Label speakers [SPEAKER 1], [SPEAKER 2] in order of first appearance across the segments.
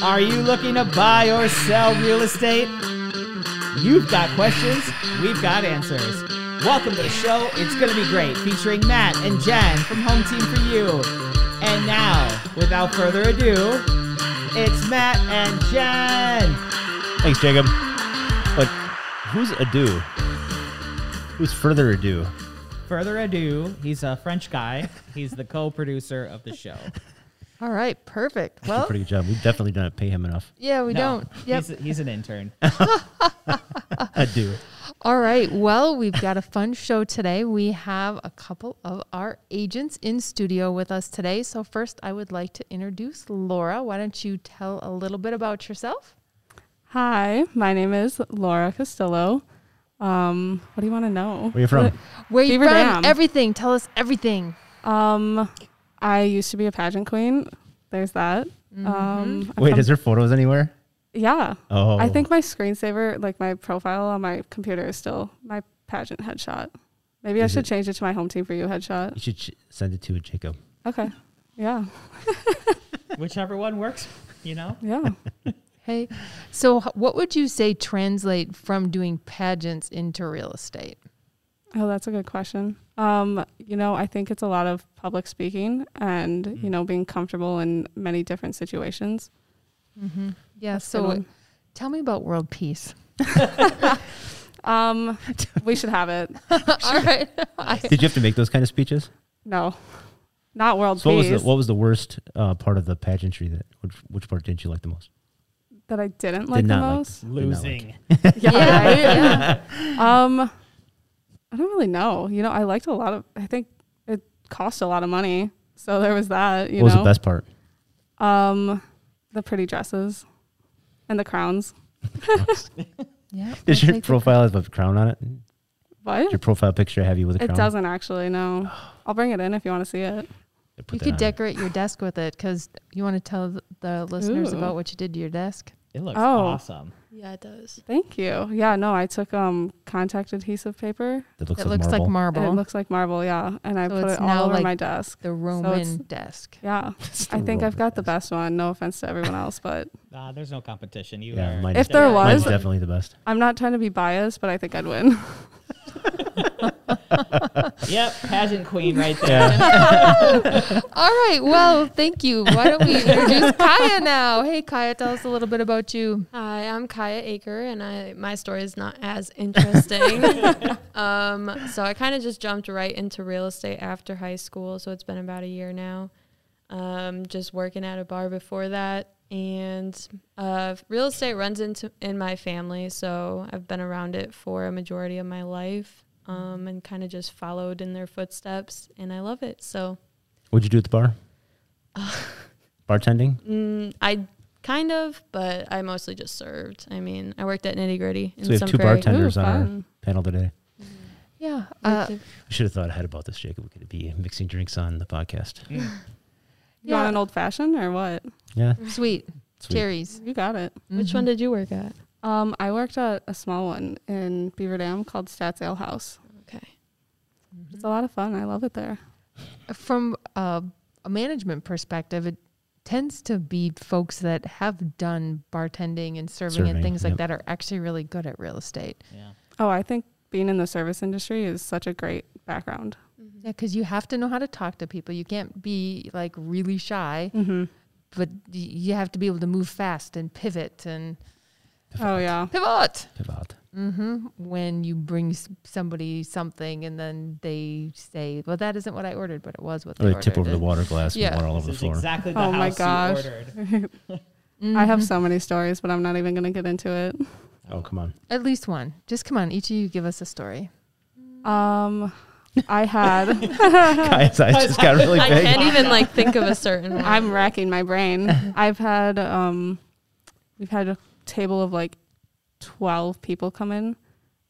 [SPEAKER 1] Are you looking to buy or sell real estate? You've got questions, we've got answers. Welcome to the show. It's going to be great, featuring Matt and Jen from Home Team for You. And now, without further ado, it's Matt and Jen.
[SPEAKER 2] Thanks, Jacob. But who's ado? Who's further ado?
[SPEAKER 1] Further ado, he's a French guy. He's the co-producer of the show.
[SPEAKER 3] All right, perfect. Well,
[SPEAKER 2] Pretty good job. We definitely don't pay him enough.
[SPEAKER 3] yeah, we
[SPEAKER 1] No,
[SPEAKER 3] don't. Yep.
[SPEAKER 1] He's, he's an intern.
[SPEAKER 2] Ado.
[SPEAKER 3] All right. Well, we've got a fun show today. We have a couple of our agents in studio with us today. So first, I would like to introduce Laura. Why don't you tell a little bit about yourself?
[SPEAKER 4] Hi, my name is Laura Castillo. Um, what do you want to know?
[SPEAKER 2] Where you from?
[SPEAKER 3] Where you
[SPEAKER 4] Beaver
[SPEAKER 3] from?
[SPEAKER 4] Dam.
[SPEAKER 3] Everything. Tell us everything.
[SPEAKER 4] Um, I used to be a pageant queen. There's that. Um, I
[SPEAKER 2] Wait,
[SPEAKER 4] come-
[SPEAKER 2] is there photos anywhere?
[SPEAKER 4] yeah.
[SPEAKER 2] Oh.
[SPEAKER 4] I think my screensaver, like my profile on my computer, is still my pageant headshot. Maybe I
[SPEAKER 2] Is
[SPEAKER 4] should
[SPEAKER 2] it-
[SPEAKER 4] change it to my home team for you headshot.
[SPEAKER 2] You should ch- send it to Jacob.
[SPEAKER 4] Okay. Yeah.
[SPEAKER 1] Whichever one works, you know.
[SPEAKER 4] Yeah.
[SPEAKER 3] Hey. So, h- what would you say translate from doing pageants into real estate?
[SPEAKER 4] Oh, that's a good question. Um, you know, I think it's a lot of public speaking and,
[SPEAKER 2] Mm.
[SPEAKER 4] you know, being comfortable in many different situations.
[SPEAKER 3] Yeah.
[SPEAKER 4] Mm-hmm. That's a
[SPEAKER 3] so,
[SPEAKER 4] good one.
[SPEAKER 3] tell me about world peace.
[SPEAKER 4] Um, we should have it.
[SPEAKER 3] All right.
[SPEAKER 2] Did you have to make those kind of speeches?
[SPEAKER 4] No, not
[SPEAKER 3] Oh,
[SPEAKER 4] world
[SPEAKER 2] So what was
[SPEAKER 4] peace
[SPEAKER 2] the what was the worst uh, part of the pageantry that which, which part didn't you like the most?
[SPEAKER 4] that I didn't like the
[SPEAKER 2] not like.
[SPEAKER 4] most.
[SPEAKER 2] Did not like.
[SPEAKER 1] Losing.
[SPEAKER 4] yeah,
[SPEAKER 3] Yeah,
[SPEAKER 4] right?
[SPEAKER 3] yeah.
[SPEAKER 4] Um, I don't really know. You know, I liked a lot of. I think it cost a lot of money, so there was that. You
[SPEAKER 2] what was
[SPEAKER 4] know,
[SPEAKER 2] the best part?
[SPEAKER 4] um, the pretty dresses and the crowns.
[SPEAKER 3] Yeah.
[SPEAKER 2] Does
[SPEAKER 3] I'll
[SPEAKER 2] your
[SPEAKER 3] take the-
[SPEAKER 2] profile have a crown on it? Does
[SPEAKER 4] What?
[SPEAKER 2] your profile picture have you with a crown?
[SPEAKER 4] It doesn't actually. No, I'll bring it in if you want to see it.
[SPEAKER 2] They put
[SPEAKER 3] You
[SPEAKER 2] that
[SPEAKER 3] could
[SPEAKER 2] on.
[SPEAKER 3] decorate your desk with it because you want to tell th- the listeners
[SPEAKER 4] Ooh.
[SPEAKER 3] about what you did to your desk.
[SPEAKER 1] It looks
[SPEAKER 4] Oh.
[SPEAKER 1] awesome.
[SPEAKER 5] Yeah, it does.
[SPEAKER 4] Thank you. Yeah, no, I took um contact adhesive paper.
[SPEAKER 2] That looks
[SPEAKER 3] it
[SPEAKER 2] like
[SPEAKER 3] looks
[SPEAKER 2] marble.
[SPEAKER 3] like
[SPEAKER 4] and
[SPEAKER 3] marble.
[SPEAKER 4] It looks like marble. Yeah, and I
[SPEAKER 3] So
[SPEAKER 4] put
[SPEAKER 3] it's
[SPEAKER 4] it all
[SPEAKER 3] now
[SPEAKER 4] over
[SPEAKER 3] like
[SPEAKER 4] my desk.
[SPEAKER 3] the
[SPEAKER 4] it's-
[SPEAKER 3] Roman desk.
[SPEAKER 4] Yeah,
[SPEAKER 2] the
[SPEAKER 4] I think
[SPEAKER 2] Roman
[SPEAKER 4] I've got the
[SPEAKER 2] desk.
[SPEAKER 4] best one. No offense to everyone else, but
[SPEAKER 1] Ah, there's no competition. You
[SPEAKER 2] Yeah,
[SPEAKER 1] are.
[SPEAKER 2] mine-
[SPEAKER 4] If there
[SPEAKER 2] Mine's
[SPEAKER 4] was-
[SPEAKER 2] definitely the best.
[SPEAKER 4] I'm not trying to be biased, but I think I'd win.
[SPEAKER 1] yep, pageant queen right there.
[SPEAKER 3] All right. Well, thank you. Why don't we introduce Kaya now? Hey, Kaya, tell us a little bit about you.
[SPEAKER 5] Hi, I'm Kaya Aker, and I my story is not as interesting. um, so I kind of just jumped right into real estate after high school. So it's been about a year now. Um, just working at a bar before that, and uh, real estate runs into in my family. So I've been around it for a majority of my life, um, and kind of just followed in their footsteps, and I love it. So
[SPEAKER 2] What'd you do at the bar? Bartending?
[SPEAKER 5] Mm, I kind of, but I mostly just served. I mean, I worked at Nitty Gritty in
[SPEAKER 2] So we have
[SPEAKER 5] some
[SPEAKER 2] two
[SPEAKER 5] prairie.
[SPEAKER 2] bartenders
[SPEAKER 4] Ooh,
[SPEAKER 2] on our
[SPEAKER 4] fun.
[SPEAKER 2] panel today.
[SPEAKER 3] Yeah. Uh,
[SPEAKER 2] We should have thought ahead about this, Jacob. We could be mixing drinks on the podcast.
[SPEAKER 1] Mm.
[SPEAKER 4] You want an
[SPEAKER 3] yeah.
[SPEAKER 4] old fashioned or what?
[SPEAKER 2] Yeah.
[SPEAKER 3] Sweet.
[SPEAKER 2] Sweet.
[SPEAKER 3] Cherries. Mm-hmm.
[SPEAKER 4] You got it.
[SPEAKER 5] Which one did you work at?
[SPEAKER 4] Um, I worked at a small one in Beaver Dam called Stats Ale House.
[SPEAKER 5] Okay.
[SPEAKER 4] It's a lot of fun. I love it there.
[SPEAKER 3] From Mm-hmm. uh, a management perspective, it tends to be folks that have done bartending and serving,
[SPEAKER 2] Serving,
[SPEAKER 3] and things
[SPEAKER 2] yep.
[SPEAKER 3] like that are actually really good at real estate.
[SPEAKER 1] Yeah.
[SPEAKER 4] Oh, I think being in the service industry is such a great background.
[SPEAKER 3] Yeah, because you have to know how to talk to people. You can't be like really shy,
[SPEAKER 4] Mm-hmm.
[SPEAKER 3] but y- you have to be able to move fast and pivot and
[SPEAKER 4] Oh yeah.
[SPEAKER 3] pivot.
[SPEAKER 2] About.
[SPEAKER 3] hmm When you bring s- somebody something and then they say, "Well, that isn't what I ordered, but it was what they
[SPEAKER 2] Or they
[SPEAKER 3] ordered."
[SPEAKER 2] tip over the
[SPEAKER 3] And-
[SPEAKER 2] water glass
[SPEAKER 3] Yeah.
[SPEAKER 2] and water all
[SPEAKER 1] This
[SPEAKER 2] over the
[SPEAKER 1] is
[SPEAKER 2] floor.
[SPEAKER 1] exactly the
[SPEAKER 4] Oh
[SPEAKER 1] house
[SPEAKER 4] my gosh.
[SPEAKER 1] you ordered.
[SPEAKER 4] I have
[SPEAKER 3] Mhm.
[SPEAKER 4] so many stories, but I'm not even gonna get into it.
[SPEAKER 2] oh, come on.
[SPEAKER 3] At least one. Just come on, each of you give us a story.
[SPEAKER 4] Um, I had.
[SPEAKER 2] Guys, I just got really
[SPEAKER 5] I
[SPEAKER 2] big.
[SPEAKER 5] can't even like think of a certain one.
[SPEAKER 4] I'm racking my brain. I've had. Um, we've had a table of like twelve people come in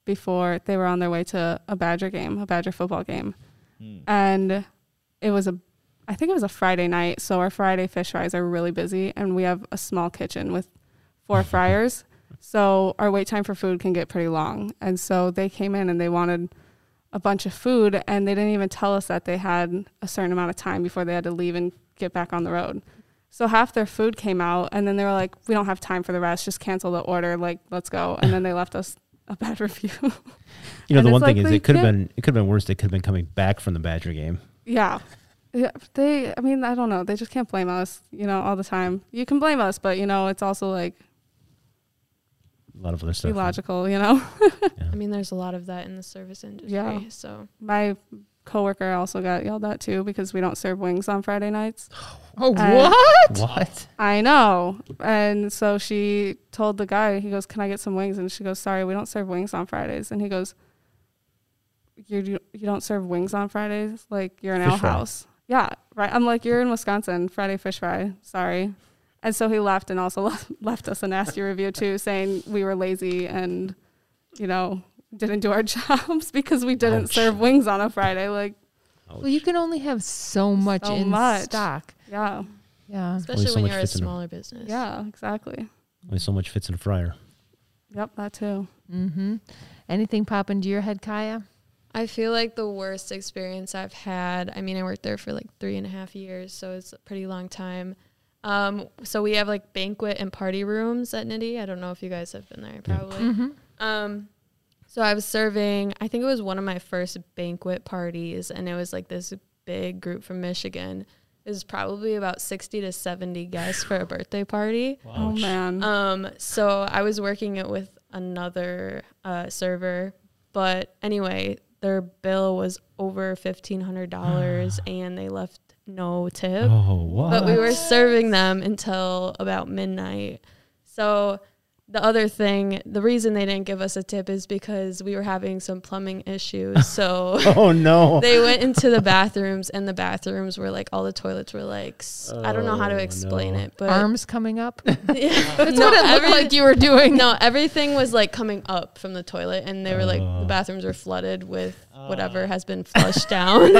[SPEAKER 4] before they were on their way to a Badger game, a Badger football game.
[SPEAKER 1] Mm.
[SPEAKER 4] and it was a I think it was a Friday night, so our Friday fish fries are really busy and we have a small kitchen with four fryers. So our wait time for food can get pretty long. And so they came in and they wanted a bunch of food and they didn't even tell us that they had a certain amount of time before they had to leave and get back on the road. So half their food came out, and then they were like, "We don't have time for the rest. Just cancel the order. Like, let's go." And then they left us a bad review.
[SPEAKER 2] You know,
[SPEAKER 4] And
[SPEAKER 2] the
[SPEAKER 4] it's
[SPEAKER 2] one thing
[SPEAKER 4] like
[SPEAKER 2] is,
[SPEAKER 4] they
[SPEAKER 2] it could have
[SPEAKER 4] can't-
[SPEAKER 2] been it could have been worse. They could have been coming back from the Badger game.
[SPEAKER 4] yeah, yeah. They, I mean, I don't know. They just can't blame us, you know, all the time. You can blame us, but you know, it's also like
[SPEAKER 2] A lot of other
[SPEAKER 4] be
[SPEAKER 2] stuff.
[SPEAKER 4] logical, you know.
[SPEAKER 5] I mean, there's a lot of that in the service industry.
[SPEAKER 4] Yeah.
[SPEAKER 5] So
[SPEAKER 4] My coworker also got yelled at too because we don't serve wings on Friday nights.
[SPEAKER 1] Oh,
[SPEAKER 4] And-
[SPEAKER 3] Uh,
[SPEAKER 1] what?
[SPEAKER 2] What?
[SPEAKER 4] I know. And so she told the guy, he goes, Can I get some wings? And she goes, Sorry, we don't serve wings on Fridays. And he goes, You you, you don't serve wings on Fridays? Like you're an
[SPEAKER 2] Fish
[SPEAKER 4] ale
[SPEAKER 2] fry.
[SPEAKER 4] house. Yeah. Right. I'm like, You're in Wisconsin, Friday fish fry. Sorry. And so he left and also left, left us a nasty review too, saying we were lazy and, you know, didn't do our jobs because we didn't
[SPEAKER 2] Ouch.
[SPEAKER 4] serve wings on a Friday. Like,
[SPEAKER 3] Well, you can only have so much
[SPEAKER 4] So
[SPEAKER 3] in
[SPEAKER 4] much.
[SPEAKER 3] stock.
[SPEAKER 4] yeah.
[SPEAKER 3] Yeah.
[SPEAKER 5] especially
[SPEAKER 2] so
[SPEAKER 5] when
[SPEAKER 2] much
[SPEAKER 5] you're a
[SPEAKER 2] fits in a-
[SPEAKER 5] smaller business.
[SPEAKER 4] Yeah, exactly.
[SPEAKER 2] Only so much fits in a fryer.
[SPEAKER 4] Yep, that too.
[SPEAKER 3] Mm-hmm. Anything pop into your head, Kaya?
[SPEAKER 5] I feel like the worst experience I've had. I mean, I worked there for like three and a half years, so it's a pretty long time. Um, so we have like banquet and party rooms at Nitty. I don't know if you guys have been there, probably. Um, so I was serving. I think it was one of my first banquet parties, and it was like this big group from Michigan. It was probably about sixty to seventy guests for a birthday party.
[SPEAKER 4] Oh, man.
[SPEAKER 5] Um, so I was working it with another uh, server, but anyway, their bill was over fifteen hundred dollars, and they left no tip.
[SPEAKER 2] Oh, what?
[SPEAKER 5] But we were serving them until about midnight. So the other thing, the reason they didn't give us a tip is because we were having some plumbing issues. So
[SPEAKER 2] oh no.
[SPEAKER 5] they went into the bathrooms, and the bathrooms were like all the toilets were like s I don't know how to
[SPEAKER 2] Oh,
[SPEAKER 5] explain
[SPEAKER 2] no.
[SPEAKER 5] it, but
[SPEAKER 3] Arms coming up?
[SPEAKER 5] Yeah.
[SPEAKER 3] That's
[SPEAKER 5] No,
[SPEAKER 3] what it looked
[SPEAKER 5] every-
[SPEAKER 3] like you were doing.
[SPEAKER 5] no, everything was like coming up from the toilet, and they were like
[SPEAKER 2] Oh.
[SPEAKER 5] the bathrooms were flooded with whatever has been flushed down.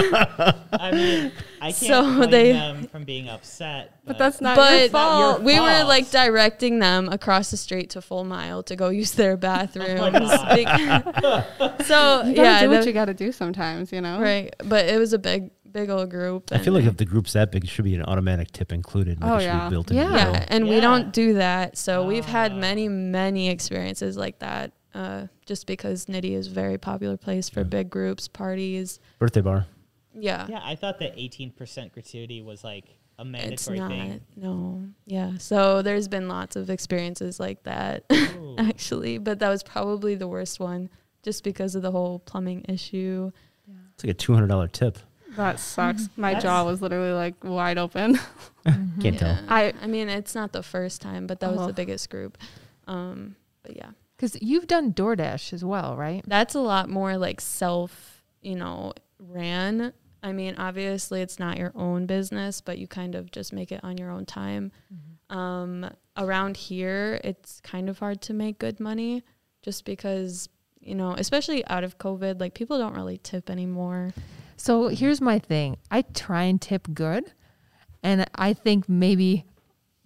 [SPEAKER 1] I mean, I can't
[SPEAKER 5] So
[SPEAKER 1] blame
[SPEAKER 5] they-
[SPEAKER 1] them from being upset.
[SPEAKER 4] But that's not your
[SPEAKER 5] but
[SPEAKER 4] fault.
[SPEAKER 5] we were
[SPEAKER 1] fault.
[SPEAKER 5] like directing them across the street to Full Mile to go use their bathrooms.
[SPEAKER 1] Oh God.
[SPEAKER 5] Bec- so
[SPEAKER 4] You gotta
[SPEAKER 5] yeah,
[SPEAKER 4] do what
[SPEAKER 5] the-
[SPEAKER 4] you gotta do sometimes, you know?
[SPEAKER 5] right. But it was a big, big old group.
[SPEAKER 2] I feel
[SPEAKER 5] and-
[SPEAKER 2] like if the group's that big, it should be an automatic tip included. Like
[SPEAKER 4] Oh,
[SPEAKER 2] it should
[SPEAKER 4] yeah.
[SPEAKER 2] be built in.
[SPEAKER 3] Yeah.
[SPEAKER 5] yeah, and we
[SPEAKER 1] Yeah.
[SPEAKER 5] don't do that. So we've had
[SPEAKER 1] Ah.
[SPEAKER 5] many, many experiences like that. Uh, just because Nitty is a very popular place for
[SPEAKER 2] Yeah.
[SPEAKER 5] big groups, parties.
[SPEAKER 2] Birthday bar.
[SPEAKER 5] Yeah.
[SPEAKER 1] Yeah, I thought that 18% gratuity was like a
[SPEAKER 5] it's
[SPEAKER 1] mandatory
[SPEAKER 5] not
[SPEAKER 1] thing.
[SPEAKER 5] no yeah so there's been lots of experiences like that
[SPEAKER 1] Ooh.
[SPEAKER 5] actually but that was probably the worst one just because of the whole plumbing issue
[SPEAKER 2] It's like a two hundred dollar tip.
[SPEAKER 4] That sucks. My
[SPEAKER 1] That's-
[SPEAKER 4] jaw was literally like wide open.
[SPEAKER 2] Can't tell.
[SPEAKER 5] Yeah.
[SPEAKER 4] I-
[SPEAKER 5] i mean it's not the first time but that was
[SPEAKER 4] Uh-huh.
[SPEAKER 5] the biggest group um but yeah
[SPEAKER 3] Because you've done DoorDash as well, right?
[SPEAKER 5] that's a lot more like self you know ran i mean obviously it's not your own business but you kind of just make it on your own time um, around here it's kind of hard to make good money just because you know especially out of covid like people don't really tip anymore
[SPEAKER 3] So here's my thing I try and tip good, and I think maybe.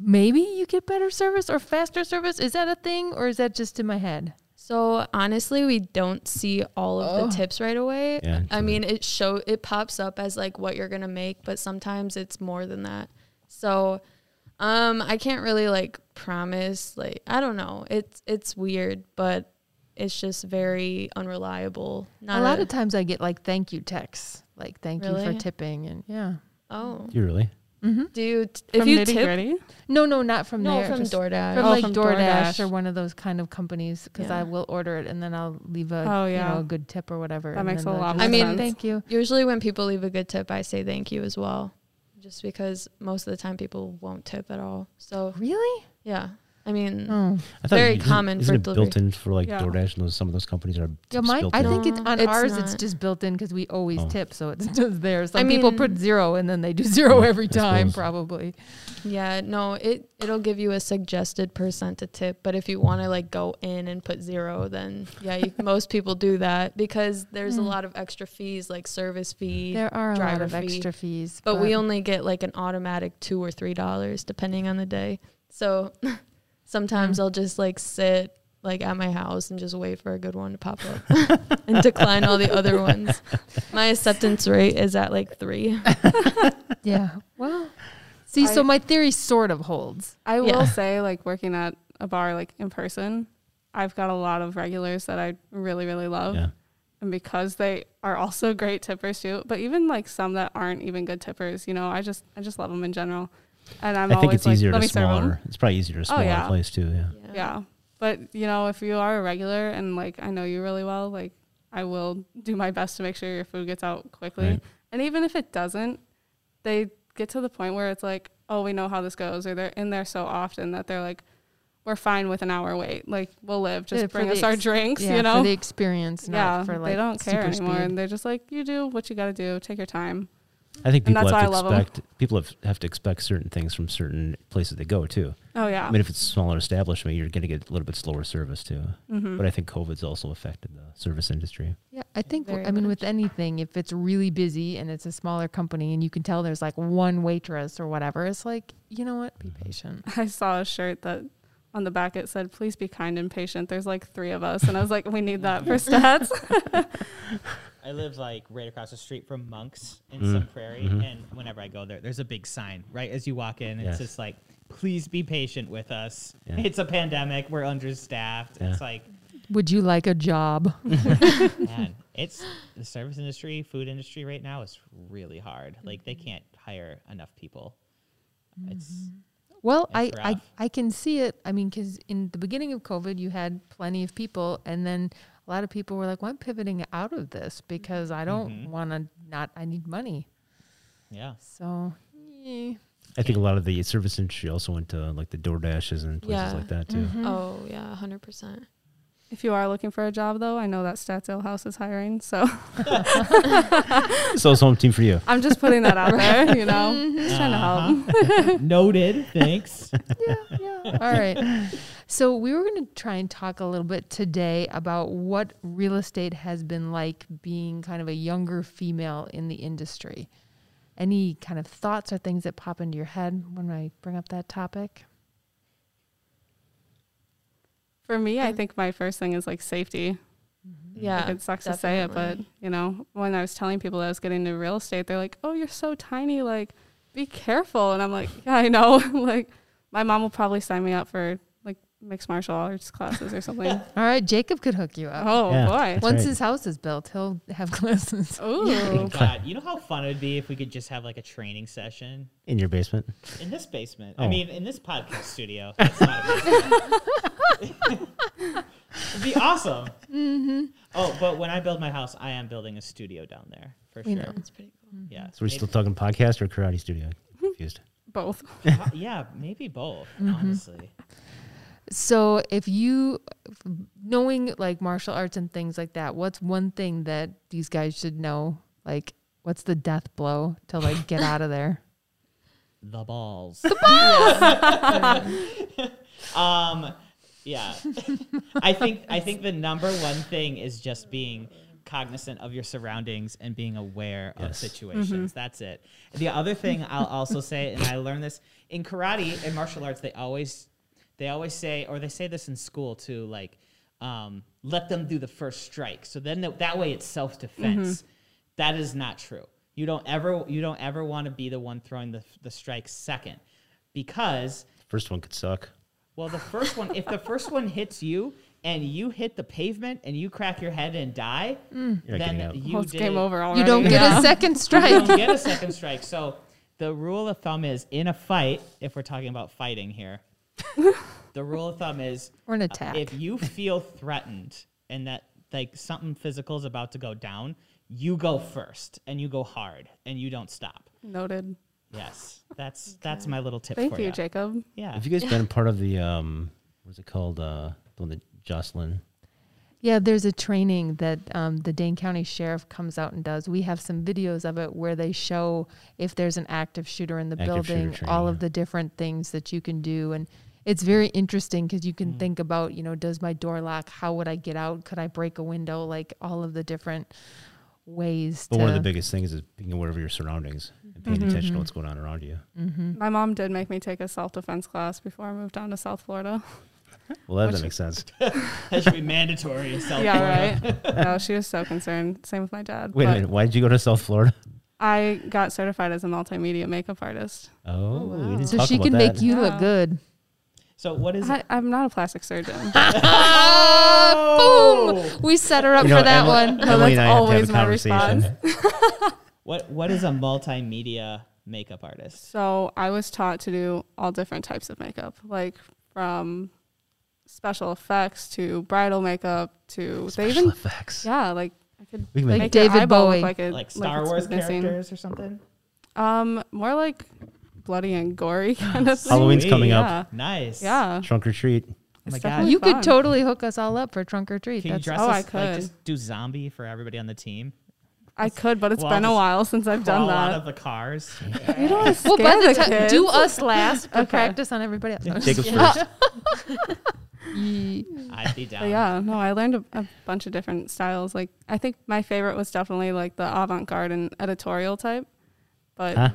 [SPEAKER 3] Maybe you get better service or faster service. Is that a thing or is that just in my head?
[SPEAKER 5] so honestly we don't see all of
[SPEAKER 3] Oh.
[SPEAKER 5] the tips right away
[SPEAKER 2] Yeah,
[SPEAKER 5] i
[SPEAKER 2] true.
[SPEAKER 5] mean it show it pops up as like what you're gonna make but sometimes it's more than that so um i can't really like promise like i don't know it's it's weird but it's just very unreliable not
[SPEAKER 3] a lot of times I get like thank you texts, like thank you
[SPEAKER 5] Really?
[SPEAKER 3] for tipping, and yeah. Mm-hmm.
[SPEAKER 5] oh
[SPEAKER 2] You really?
[SPEAKER 5] do you t-
[SPEAKER 4] From
[SPEAKER 5] if you
[SPEAKER 4] nitty
[SPEAKER 5] tip
[SPEAKER 4] gritty.
[SPEAKER 3] No, no, not from
[SPEAKER 5] no,
[SPEAKER 3] there.
[SPEAKER 5] from
[SPEAKER 3] just
[SPEAKER 5] DoorDash.
[SPEAKER 3] From
[SPEAKER 4] Oh,
[SPEAKER 3] like
[SPEAKER 4] from
[SPEAKER 3] DoorDash,
[SPEAKER 4] DoorDash.
[SPEAKER 3] or one of those kind of companies, because
[SPEAKER 5] Yeah.
[SPEAKER 3] I will order it and then I'll leave a
[SPEAKER 4] Oh,
[SPEAKER 3] you
[SPEAKER 4] yeah.
[SPEAKER 3] know a good tip or whatever.
[SPEAKER 4] That
[SPEAKER 3] and
[SPEAKER 4] makes
[SPEAKER 3] then
[SPEAKER 4] a
[SPEAKER 3] they'll
[SPEAKER 4] lot
[SPEAKER 3] just
[SPEAKER 5] more
[SPEAKER 3] be like,
[SPEAKER 5] sense.
[SPEAKER 3] Thank you.
[SPEAKER 5] Usually, when people leave a good tip, I say thank you as well, just because most of the time people won't tip at all. So
[SPEAKER 3] Really?
[SPEAKER 5] yeah, I mean,
[SPEAKER 3] Oh,
[SPEAKER 2] I thought
[SPEAKER 5] Very
[SPEAKER 2] isn't-
[SPEAKER 5] common
[SPEAKER 2] isn't
[SPEAKER 5] for
[SPEAKER 2] it built in for like
[SPEAKER 4] Yeah.
[SPEAKER 2] DoorDash and those, some of those companies are
[SPEAKER 3] yeah.
[SPEAKER 2] tips
[SPEAKER 3] My,
[SPEAKER 2] built
[SPEAKER 3] I
[SPEAKER 2] in.
[SPEAKER 3] think it's
[SPEAKER 5] No,
[SPEAKER 3] on
[SPEAKER 5] it's
[SPEAKER 3] ours. It's
[SPEAKER 5] not.
[SPEAKER 3] just built in because we always
[SPEAKER 2] Oh.
[SPEAKER 3] tip, so it's just there. Some
[SPEAKER 5] I
[SPEAKER 3] people
[SPEAKER 5] mean-
[SPEAKER 3] put zero and then they do zero
[SPEAKER 2] Yeah,
[SPEAKER 3] every
[SPEAKER 2] I
[SPEAKER 3] time,
[SPEAKER 2] suppose.
[SPEAKER 3] probably.
[SPEAKER 5] yeah, no, it it'll give you a suggested percent to tip, but if you want to like go in and put zero, then yeah, you, most people do that because there's a
[SPEAKER 3] Hmm.
[SPEAKER 5] lot of extra fees like service fee.
[SPEAKER 3] There are a lot
[SPEAKER 5] driver
[SPEAKER 3] of
[SPEAKER 5] fee.
[SPEAKER 3] extra fees,
[SPEAKER 5] but we only get like an automatic two or three dollars depending on the day. So sometimes
[SPEAKER 3] Mm.
[SPEAKER 5] I'll just like sit like at my house and just wait for a good one to pop up and decline all the other ones. My acceptance rate is at like three.
[SPEAKER 3] yeah. Well, See, so
[SPEAKER 4] I-
[SPEAKER 3] my theory sort of holds.
[SPEAKER 4] I
[SPEAKER 5] Yeah.
[SPEAKER 4] will say, like working at a bar, like in person, I've got a lot of regulars that I really, really love,
[SPEAKER 2] Yeah.
[SPEAKER 4] and because they are also great tippers too. But even like some that aren't even good tippers, you know, I just, I just love them in general. And I'm
[SPEAKER 2] I think
[SPEAKER 4] always
[SPEAKER 2] it's
[SPEAKER 4] like,
[SPEAKER 2] easier
[SPEAKER 4] let
[SPEAKER 2] to
[SPEAKER 4] me serve 'em."
[SPEAKER 2] smaller. It's probably easier to a smaller
[SPEAKER 4] Oh, yeah.
[SPEAKER 2] place too. Yeah.
[SPEAKER 4] Yeah, but you know, if you are a regular and like I know you really well, like I will do my best to make sure your food gets out quickly.
[SPEAKER 2] Right.
[SPEAKER 4] And even if it doesn't, they get to the point where it's like, oh, we know how this goes, or they're in there so often that they're like, we're fine with an hour wait. Like we'll live. Just
[SPEAKER 3] Yeah, for
[SPEAKER 4] bring
[SPEAKER 3] the
[SPEAKER 4] us our
[SPEAKER 3] ex-
[SPEAKER 4] drinks.
[SPEAKER 3] Yeah,
[SPEAKER 4] you know.
[SPEAKER 3] for the experience, not
[SPEAKER 4] yeah,
[SPEAKER 3] for like
[SPEAKER 4] they don't care
[SPEAKER 3] super
[SPEAKER 4] anymore, and
[SPEAKER 3] speed.
[SPEAKER 4] they're just like, you do what you got to do. Take your time.
[SPEAKER 2] I think
[SPEAKER 4] And
[SPEAKER 2] people
[SPEAKER 4] that's
[SPEAKER 2] have to
[SPEAKER 4] why I love 'em.
[SPEAKER 2] expect people have, have to expect certain things from certain places they go too.
[SPEAKER 4] Oh yeah.
[SPEAKER 2] I mean, if it's a smaller establishment, you're going to get a little bit slower service too.
[SPEAKER 4] Mm-hmm.
[SPEAKER 2] But I think COVID's also affected the service industry.
[SPEAKER 3] Yeah, I think w-
[SPEAKER 5] Very
[SPEAKER 3] I mean
[SPEAKER 5] much.
[SPEAKER 3] with anything, if it's really busy and it's a smaller company and you can tell there's like one waitress or whatever, it's like you know what, be patient.
[SPEAKER 4] I saw a shirt that on the back it said, "Please be kind and patient." There's like three of us, and I was like, "We need that for stats."
[SPEAKER 1] I live like right across the street from Monks in
[SPEAKER 2] Mm,
[SPEAKER 1] some prairie,
[SPEAKER 2] mhm.
[SPEAKER 1] and whenever I go there, there's a big sign right as you walk in. It's
[SPEAKER 2] Yes.
[SPEAKER 1] just like, "Please be patient with us.
[SPEAKER 2] Yeah.
[SPEAKER 1] It's a pandemic. We're understaffed."
[SPEAKER 2] Yeah.
[SPEAKER 1] It's like,
[SPEAKER 3] Would you like a job?
[SPEAKER 1] man, it's the service industry, food industry right now is really hard. Like they can't hire enough people. It's
[SPEAKER 3] Mm-hmm. Well, I,
[SPEAKER 1] It's
[SPEAKER 3] I
[SPEAKER 1] rough.
[SPEAKER 3] I can see it. I mean, because in the beginning of COVID, you had plenty of people, and then a lot of people were like, "Well, I'm pivoting out of this because I don't
[SPEAKER 1] Mhm.
[SPEAKER 3] want to not. I need money."
[SPEAKER 1] yeah.
[SPEAKER 3] So, eh.
[SPEAKER 2] I think a lot of the service industry also went to like the DoorDashes and places
[SPEAKER 5] Yeah.
[SPEAKER 2] like that too.
[SPEAKER 3] Mm-hmm.
[SPEAKER 5] Oh yeah, hundred percent.
[SPEAKER 4] if you are looking for a job, though, I know that Stats Ale House is hiring, so Mm-hmm.
[SPEAKER 2] so it's home team for you.
[SPEAKER 4] I'm just putting that out there. You know, just trying to help.
[SPEAKER 1] Uh-huh. Noted. Thanks.
[SPEAKER 3] yeah, yeah. All right. So we were going to try and talk a little bit today about what real estate has been like being kind of a younger female in the industry. Any kind of thoughts or things that pop into your head when I bring up that topic?
[SPEAKER 4] For me, I think my first thing is like safety.
[SPEAKER 5] Yeah,
[SPEAKER 4] like it sucks to say it, but
[SPEAKER 5] definitely.
[SPEAKER 4] you know, when I was telling people that I was getting into real estate, they're like, "Oh, you're so tiny, like, be careful." And I'm like, "Yeah, I know." like, my mom will probably sign me up for like mixed martial arts classes or something.
[SPEAKER 3] All right, Jacob could hook you up.
[SPEAKER 4] oh
[SPEAKER 2] Yeah.
[SPEAKER 4] boy.
[SPEAKER 3] Once
[SPEAKER 2] right.
[SPEAKER 3] his house is built, he'll have classes.
[SPEAKER 4] Ooh.
[SPEAKER 1] God, you know how fun it would be if we could just have like a training session
[SPEAKER 2] In your basement.
[SPEAKER 1] in this basement. I
[SPEAKER 2] Oh.
[SPEAKER 1] mean, in this podcast studio. That's not a basement. It'd be awesome.
[SPEAKER 3] Mm-hmm.
[SPEAKER 1] Oh, but when I build my house, I am building a studio down there for
[SPEAKER 3] We
[SPEAKER 1] sure.
[SPEAKER 3] know.
[SPEAKER 5] That's pretty cool.
[SPEAKER 1] Yeah.
[SPEAKER 2] So we're still talking podcast or karate studio. Confused.
[SPEAKER 4] Both.
[SPEAKER 1] talking. yeah, maybe both.
[SPEAKER 3] Mm-hmm.
[SPEAKER 1] Honestly.
[SPEAKER 3] So, if you knowing like martial arts and things like that, what's one thing that these guys should know? Like, what's the death blow to like get out of there?
[SPEAKER 1] The balls. um, yeah. I think I think the number one thing is just being cognizant of your surroundings and being aware of
[SPEAKER 2] Yes.
[SPEAKER 1] situations. That's it. The other thing I'll also say, and I learned this in karate and martial arts, they always they always say, or they say this in school too, like um, let them do the first strike. So then th- that way it's self defense. That is not true. You don't ever you don't ever want to be the one throwing the, the strike second, because
[SPEAKER 2] First one could suck.
[SPEAKER 1] well, the first one, if the first one hits you and you hit the pavement and you crack your head and die,
[SPEAKER 2] You're not getting
[SPEAKER 1] then
[SPEAKER 2] up.
[SPEAKER 1] you
[SPEAKER 4] Mm. Well, it's
[SPEAKER 1] did
[SPEAKER 4] game
[SPEAKER 1] it.
[SPEAKER 4] over already.
[SPEAKER 3] You don't get
[SPEAKER 4] yeah.
[SPEAKER 3] a second
[SPEAKER 1] You
[SPEAKER 3] strike.
[SPEAKER 1] don't get a second strike. So the rule of thumb is in a fight, if we're talking about fighting here, the rule of thumb is uh,
[SPEAKER 3] or an attack.
[SPEAKER 1] if you feel threatened and that like something physical is about to go down, you go first and you go hard and you don't stop.
[SPEAKER 4] Noted.
[SPEAKER 1] Yes, that's that's my little tip
[SPEAKER 4] Thank
[SPEAKER 1] for
[SPEAKER 4] you,
[SPEAKER 1] ya.
[SPEAKER 4] Jacob.
[SPEAKER 1] Yeah.
[SPEAKER 2] Have you guys been part of the um what's it called? Uh the one that Jocelyn
[SPEAKER 3] yeah, there's a training that um, the Dane County Sheriff comes out and does. We have some videos of it where they show if there's an active shooter in the
[SPEAKER 2] Active shooter
[SPEAKER 3] building,
[SPEAKER 2] training,
[SPEAKER 3] all of
[SPEAKER 2] yeah.
[SPEAKER 3] the different things that you can do. And it's very interesting because you can think about, you know, does my door lock? How would I get out? Could I break a window? Like all of the different ways
[SPEAKER 2] But
[SPEAKER 3] to.
[SPEAKER 2] one of the biggest things is being aware of your surroundings and paying attention to what's going on around you.
[SPEAKER 3] Mm-hmm.
[SPEAKER 4] My mom did make me take a self defense class before I moved down to South Florida.
[SPEAKER 2] Well, that
[SPEAKER 4] Which-
[SPEAKER 2] doesn't make sense.
[SPEAKER 1] That should be mandatory. in South Florida.
[SPEAKER 4] yeah, right. no, she was so concerned. Same with my dad.
[SPEAKER 2] Wait a
[SPEAKER 4] but
[SPEAKER 2] minute. Why did you go to South Florida?
[SPEAKER 4] I got certified as a multimedia makeup artist.
[SPEAKER 2] Oh, we
[SPEAKER 5] wow.
[SPEAKER 2] didn't
[SPEAKER 3] So
[SPEAKER 2] talk
[SPEAKER 3] she
[SPEAKER 2] about
[SPEAKER 3] can
[SPEAKER 2] that.
[SPEAKER 3] make you look
[SPEAKER 4] Wow.
[SPEAKER 3] good.
[SPEAKER 1] So what is it?
[SPEAKER 4] I, I'm not a plastic surgeon.
[SPEAKER 1] Oh!
[SPEAKER 3] Boom! We set her up
[SPEAKER 2] You know,
[SPEAKER 3] for that
[SPEAKER 2] Emily-
[SPEAKER 3] one.
[SPEAKER 4] No,
[SPEAKER 2] Emily
[SPEAKER 4] that's
[SPEAKER 2] and I have to have
[SPEAKER 4] always
[SPEAKER 2] a
[SPEAKER 4] my
[SPEAKER 2] conversation.
[SPEAKER 1] What what is a multimedia makeup artist?
[SPEAKER 4] So I was taught to do all different types of makeup, like from special effects to bridal makeup to they
[SPEAKER 2] Special
[SPEAKER 4] even
[SPEAKER 2] effects.
[SPEAKER 4] yeah like I could
[SPEAKER 2] We can
[SPEAKER 4] like,
[SPEAKER 2] make
[SPEAKER 4] your
[SPEAKER 3] David
[SPEAKER 4] eyeball look
[SPEAKER 3] Bowie.
[SPEAKER 4] like it
[SPEAKER 1] Like Star
[SPEAKER 4] it's
[SPEAKER 1] Wars
[SPEAKER 4] missing.
[SPEAKER 1] characters or something?
[SPEAKER 4] Um, more like bloody and gory kind of thing.
[SPEAKER 2] Halloween's
[SPEAKER 1] Sweet.
[SPEAKER 2] coming up.
[SPEAKER 4] Yeah,
[SPEAKER 1] Nice.
[SPEAKER 4] yeah.
[SPEAKER 2] Trunk or treat.
[SPEAKER 1] Oh my
[SPEAKER 4] It's
[SPEAKER 1] god.
[SPEAKER 4] definitely
[SPEAKER 3] You could
[SPEAKER 4] fun.
[SPEAKER 3] totally hook us all up for trunk or treat.
[SPEAKER 1] Can you
[SPEAKER 3] That's
[SPEAKER 1] dress
[SPEAKER 4] Oh, I
[SPEAKER 1] us like
[SPEAKER 4] could.
[SPEAKER 1] just do zombie for everybody on the team?
[SPEAKER 4] I could, but it's
[SPEAKER 1] Well,
[SPEAKER 4] been a
[SPEAKER 1] just
[SPEAKER 4] while since I've done
[SPEAKER 1] Crawl out
[SPEAKER 4] that.
[SPEAKER 1] of the cars.
[SPEAKER 3] well, by
[SPEAKER 4] scare
[SPEAKER 3] the
[SPEAKER 4] the
[SPEAKER 3] time
[SPEAKER 4] kids.
[SPEAKER 3] do us last, but
[SPEAKER 4] Okay.
[SPEAKER 3] practice on everybody else. No, I'm just
[SPEAKER 2] Jacob's
[SPEAKER 3] kidding.
[SPEAKER 2] first.
[SPEAKER 1] I'd be
[SPEAKER 4] But
[SPEAKER 1] down.
[SPEAKER 4] yeah, no, I learned a, a bunch of different styles. Like I think my favorite was definitely like the avant-garde and editorial type, but
[SPEAKER 2] Huh?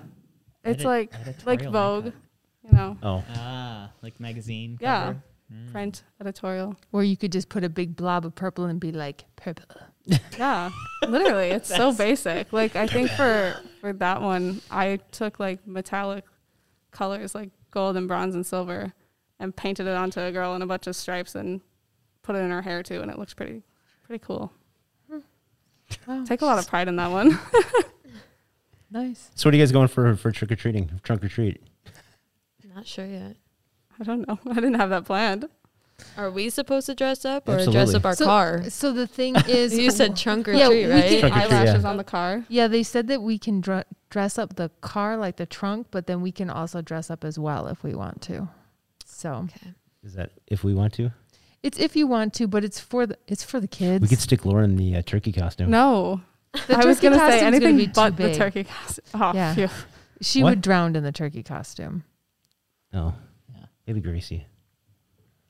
[SPEAKER 4] it's
[SPEAKER 1] Edit-
[SPEAKER 4] like like
[SPEAKER 1] editorial
[SPEAKER 4] Vogue,
[SPEAKER 1] makeup.
[SPEAKER 4] you know,
[SPEAKER 2] Oh,
[SPEAKER 1] Ah, like magazine.
[SPEAKER 4] Yeah.
[SPEAKER 1] Cover.
[SPEAKER 4] print editorial.
[SPEAKER 3] Or you could just put a big blob of purple and be like purple.
[SPEAKER 4] Yeah, literally, it's so basic. Like I think for for that one, I took like metallic colors, like gold and bronze and silver, and painted it onto a girl in a bunch of stripes and put it in her hair too, and it looks pretty pretty cool.
[SPEAKER 3] Wow.
[SPEAKER 4] Take a lot of pride in that one.
[SPEAKER 3] Nice.
[SPEAKER 2] so what are you guys going for for trick or treating? Trunk or treat?
[SPEAKER 5] Not sure yet.
[SPEAKER 4] I don't know. I didn't have that planned.
[SPEAKER 5] Are we supposed to dress up or dress
[SPEAKER 2] Absolutely.
[SPEAKER 5] up our
[SPEAKER 3] so,
[SPEAKER 5] car?
[SPEAKER 3] So the thing is,
[SPEAKER 5] You said trunk or
[SPEAKER 3] Yeah,
[SPEAKER 5] treat,
[SPEAKER 3] we
[SPEAKER 5] right?
[SPEAKER 2] Trunk or treat,
[SPEAKER 4] Eyelashes
[SPEAKER 2] yeah.
[SPEAKER 4] on the car.
[SPEAKER 3] yeah, they said that we can dr- dress up the car like the trunk, but then we can also dress up as well if we want to. So
[SPEAKER 5] okay.
[SPEAKER 2] Is that if we want to?
[SPEAKER 3] it's if you want to, but it's for the it's for the kids.
[SPEAKER 2] We could stick Laura in the uh, turkey costume.
[SPEAKER 4] No,
[SPEAKER 3] The
[SPEAKER 4] I was
[SPEAKER 3] turkey
[SPEAKER 4] gonna say
[SPEAKER 3] costume's
[SPEAKER 4] anything
[SPEAKER 3] be too
[SPEAKER 4] but
[SPEAKER 3] big.
[SPEAKER 4] the turkey costume. Oh,
[SPEAKER 3] Yeah.
[SPEAKER 4] phew.
[SPEAKER 3] She
[SPEAKER 2] What?
[SPEAKER 3] would drown in the turkey costume.
[SPEAKER 2] No.
[SPEAKER 1] Yeah.
[SPEAKER 2] Oh. Maybe Gracie.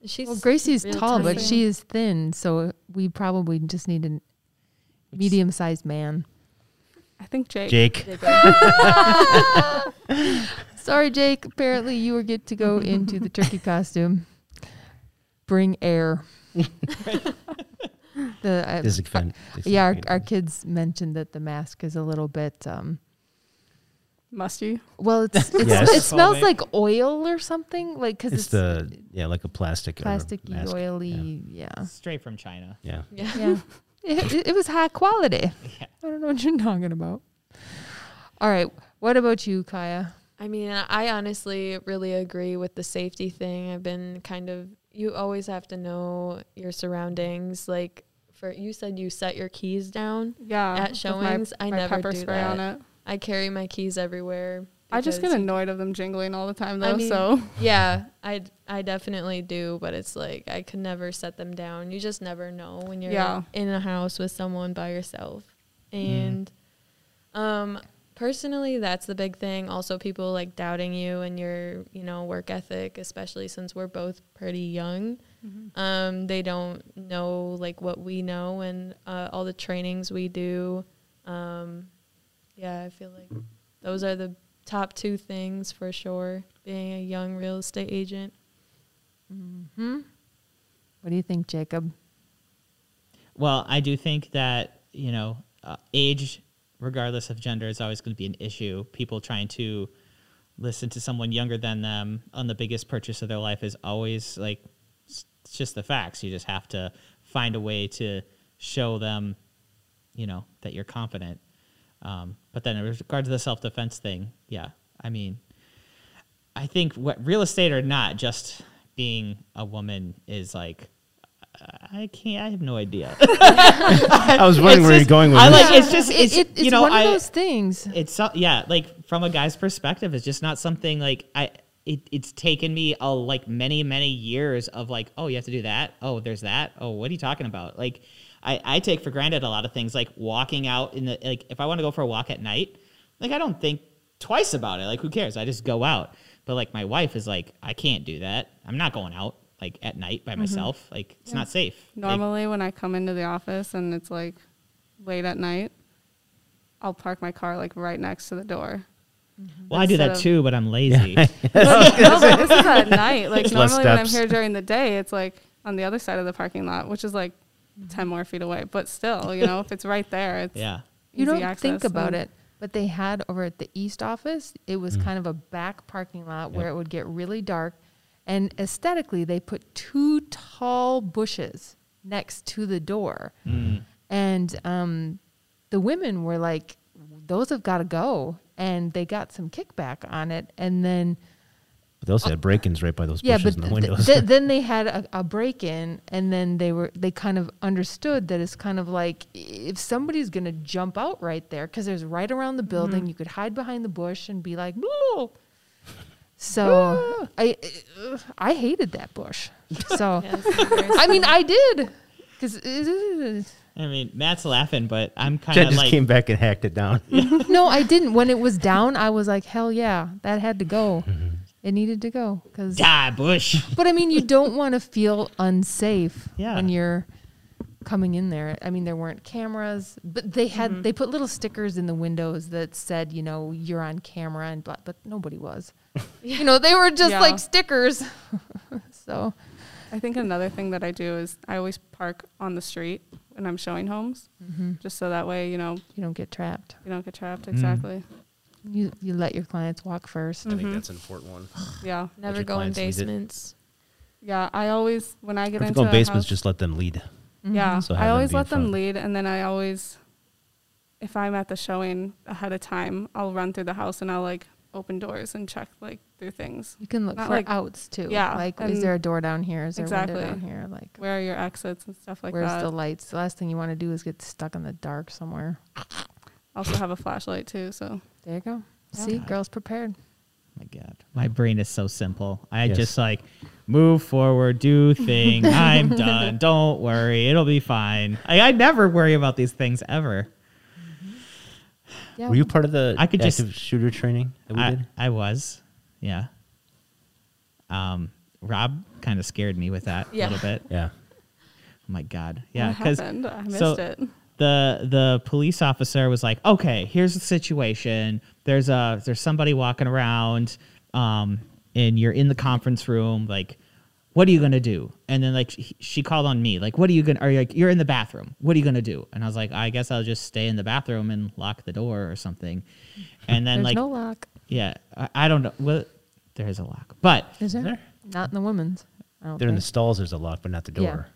[SPEAKER 5] She's
[SPEAKER 3] Well, Gracie's
[SPEAKER 5] real
[SPEAKER 3] tall, but
[SPEAKER 5] tiny.
[SPEAKER 3] she is thin, so we probably just need a medium-sized man.
[SPEAKER 4] I think Jake.
[SPEAKER 2] Jake.
[SPEAKER 3] Sorry, Jake. Apparently, you were get to go into the turkey costume. Bring air. the uh,
[SPEAKER 2] This is fun. This is
[SPEAKER 3] yeah, our,
[SPEAKER 2] good.
[SPEAKER 3] our kids mentioned that the mask is a little bit. Um,
[SPEAKER 4] Musty.
[SPEAKER 3] well, it's, it's
[SPEAKER 2] Yes.
[SPEAKER 3] it smells
[SPEAKER 1] Homemade.
[SPEAKER 3] like oil or something, like because
[SPEAKER 2] it's,
[SPEAKER 3] it's,
[SPEAKER 2] the yeah, like a plastic or
[SPEAKER 3] plasticky,
[SPEAKER 2] mask.
[SPEAKER 3] oily. Yeah,
[SPEAKER 1] Straight from China.
[SPEAKER 2] Yeah.
[SPEAKER 5] Yeah.
[SPEAKER 3] yeah. it, it- it was high quality.
[SPEAKER 1] Yeah.
[SPEAKER 3] I don't know what you're talking about. All right, what about you, Kaya?
[SPEAKER 5] I mean, I honestly really agree with the safety thing. I've been kind of you always have to know your surroundings. Like for you said you set your keys down.
[SPEAKER 4] Yeah.
[SPEAKER 5] At
[SPEAKER 4] with my-
[SPEAKER 5] showings, I
[SPEAKER 4] my
[SPEAKER 5] never
[SPEAKER 4] pepper
[SPEAKER 5] do
[SPEAKER 4] spray
[SPEAKER 5] that.
[SPEAKER 4] on it.
[SPEAKER 5] I carry my keys everywhere.
[SPEAKER 4] I just get
[SPEAKER 5] because-
[SPEAKER 4] annoyed of them jingling all the time though.
[SPEAKER 5] I mean-
[SPEAKER 4] so
[SPEAKER 5] Yeah, I I definitely do, but it's like I could never set them down. You just never know when you're
[SPEAKER 4] Yeah.
[SPEAKER 5] in a house with someone by yourself. And um personally that's the big thing. Also people like doubting you and your, you know, work ethic, especially since we're both pretty young.
[SPEAKER 4] Mm-hmm.
[SPEAKER 5] Um they don't know like what we know and uh, all the trainings we do. Um yeah, I feel like those are the top two things for sure. Being a young real estate agent.
[SPEAKER 3] Hmm. What do you think, Jacob?
[SPEAKER 1] Well, I do think that you know, uh, age, regardless of gender, is always going to be an issue. People trying to listen to someone younger than them on the biggest purchase of their life is always like it's just the facts. You just have to find a way to show them, you know, that you're confident. Um, but then, in regard to the self defense thing, yeah, I mean, I think what real estate or not, just being a woman is like. I can't. I have no idea.
[SPEAKER 2] I was wondering
[SPEAKER 1] It's
[SPEAKER 2] where
[SPEAKER 1] just-
[SPEAKER 2] you're going with
[SPEAKER 1] I
[SPEAKER 2] this.
[SPEAKER 1] like it's just
[SPEAKER 3] It-
[SPEAKER 1] it's,
[SPEAKER 3] it- it's
[SPEAKER 1] you know
[SPEAKER 3] one of
[SPEAKER 1] I
[SPEAKER 3] those things.
[SPEAKER 1] it's so- yeah like from a guy's perspective it's just not something like I it, it's taken me a like many many years of like oh you have to do that oh there's that oh what are you talking about like I I take for granted a lot of things like walking out in the like if I want to go for a walk at night like I don't think twice about it like who cares I just go out but like my wife is like I can't do that I'm not going out like at night
[SPEAKER 4] Mm-hmm.
[SPEAKER 1] by myself like it's not safe Like,
[SPEAKER 4] normally when I come into the office and it's like late at night, I'll park my car like right next to the door.
[SPEAKER 1] well I do that
[SPEAKER 4] instead of-
[SPEAKER 1] too but I'm lazy
[SPEAKER 4] no, but this is at night. Like
[SPEAKER 2] It's less
[SPEAKER 4] normally when I'm
[SPEAKER 2] steps.
[SPEAKER 4] here during the day, it's like on the other side of the parking lot, which is like ten more feet away. But still, you know, if it's right there, it's
[SPEAKER 1] yeah
[SPEAKER 3] You
[SPEAKER 4] easy
[SPEAKER 3] don't
[SPEAKER 4] access
[SPEAKER 3] think about
[SPEAKER 4] and-
[SPEAKER 3] it, But they had over at the east office, it was kind of a back parking lot where
[SPEAKER 2] Yep.
[SPEAKER 3] it would get really dark. And aesthetically, they put two tall bushes next to the door. And um, the women were like, those have got to go. And they got some kickback on it. And then
[SPEAKER 2] But they also had break-ins right by those
[SPEAKER 3] yeah,
[SPEAKER 2] bushes
[SPEAKER 3] but
[SPEAKER 2] in the
[SPEAKER 3] th-
[SPEAKER 2] windows.
[SPEAKER 3] th- then they had a, a break in, and then they were they kind of understood that it's kind of like if somebody's going to jump out right there because there's right around
[SPEAKER 5] Mm-hmm.
[SPEAKER 3] the building, you could hide behind the bush and be like, "Boo."
[SPEAKER 5] Ah.
[SPEAKER 3] so I I hated that bush. So
[SPEAKER 5] Yeah, it's embarrassing.
[SPEAKER 3] I mean, I did because
[SPEAKER 1] I mean, Matt's laughing, but I'm kind
[SPEAKER 2] Jen
[SPEAKER 1] of
[SPEAKER 2] just
[SPEAKER 1] like,
[SPEAKER 2] came back and hacked it down.
[SPEAKER 3] no, I didn't. When it was down, I was like, hell yeah, that had to go.
[SPEAKER 2] Mm-hmm.
[SPEAKER 3] It needed to go because
[SPEAKER 1] die, Bush.
[SPEAKER 3] But I mean, you don't want to feel unsafe
[SPEAKER 1] Yeah.
[SPEAKER 3] when you're coming in there. I mean, there weren't cameras, but they had
[SPEAKER 4] Mm-hmm.
[SPEAKER 3] they put little stickers in the windows that said, you know, you're on camera and blah, but nobody was. You know, they were just
[SPEAKER 4] Yeah.
[SPEAKER 3] like stickers. so
[SPEAKER 4] I think another thing that I do is I always park on the street when I'm showing homes, just so that way you know
[SPEAKER 3] you don't get trapped.
[SPEAKER 4] you don't get
[SPEAKER 2] Mm.
[SPEAKER 4] trapped. Exactly.
[SPEAKER 3] You you let your clients walk first.
[SPEAKER 4] Mm.
[SPEAKER 6] I think that's an important one.
[SPEAKER 4] Yeah,
[SPEAKER 5] Never
[SPEAKER 2] your
[SPEAKER 5] go in
[SPEAKER 2] clients needed.
[SPEAKER 5] basements.
[SPEAKER 4] yeah. I always when I get
[SPEAKER 2] If you
[SPEAKER 4] into
[SPEAKER 2] go in
[SPEAKER 4] a
[SPEAKER 2] basements,
[SPEAKER 4] house-
[SPEAKER 2] just let them lead.
[SPEAKER 3] Mm-hmm.
[SPEAKER 4] Yeah.
[SPEAKER 2] So have
[SPEAKER 4] I
[SPEAKER 2] them
[SPEAKER 4] always
[SPEAKER 2] be in
[SPEAKER 4] let them
[SPEAKER 2] front.
[SPEAKER 4] lead and then I always if I'm at the showing ahead of time, I'll run through the house and I'll like open doors and check like through things.
[SPEAKER 3] You can look
[SPEAKER 4] Not
[SPEAKER 3] for
[SPEAKER 4] like-
[SPEAKER 3] outs too.
[SPEAKER 4] yeah,
[SPEAKER 3] Like is
[SPEAKER 4] and-
[SPEAKER 3] there a door down here? Is there a
[SPEAKER 4] Exactly.
[SPEAKER 3] window down here? Like
[SPEAKER 4] Where are your exits and stuff like
[SPEAKER 3] where's
[SPEAKER 4] that?
[SPEAKER 3] the lights? The last thing you want to do is get stuck in the dark somewhere.
[SPEAKER 4] also have a flashlight too, so
[SPEAKER 3] There you go.
[SPEAKER 4] Yeah.
[SPEAKER 3] See, girls prepared.
[SPEAKER 1] my god my brain is so simple i
[SPEAKER 2] Yes.
[SPEAKER 1] just like move forward do thing i'm done don't worry it'll be fine I, I never worry about these things ever
[SPEAKER 3] Yeah.
[SPEAKER 2] Were you part of the
[SPEAKER 1] I could just-
[SPEAKER 2] active shooter training that we
[SPEAKER 1] I,
[SPEAKER 2] did?
[SPEAKER 1] I was yeah um rob kind of scared me with that
[SPEAKER 5] Yeah.
[SPEAKER 1] a little bit oh
[SPEAKER 2] Yeah.
[SPEAKER 1] my god yeah
[SPEAKER 4] what
[SPEAKER 1] because
[SPEAKER 4] happened? I missed
[SPEAKER 1] so-
[SPEAKER 4] it.
[SPEAKER 1] the the police officer was like, "Okay, here's the situation. There's a there's somebody walking around, um, and you're in the conference room. Like, what are you gonna do?" And then like she, she called on me, like, "What are you gonna? Are you like you're in the bathroom? What are you gonna do?" And I was like, "I guess I'll just stay in the bathroom and lock the door or something." And then
[SPEAKER 3] There's
[SPEAKER 1] like,
[SPEAKER 3] no lock.
[SPEAKER 1] yeah, I, I don't know. Well, there is a lock, but
[SPEAKER 3] Is there? Not in the women's. I don't
[SPEAKER 2] They're in the
[SPEAKER 3] think.
[SPEAKER 2] stalls. There's a lock, but not the
[SPEAKER 3] Yeah.
[SPEAKER 2] door.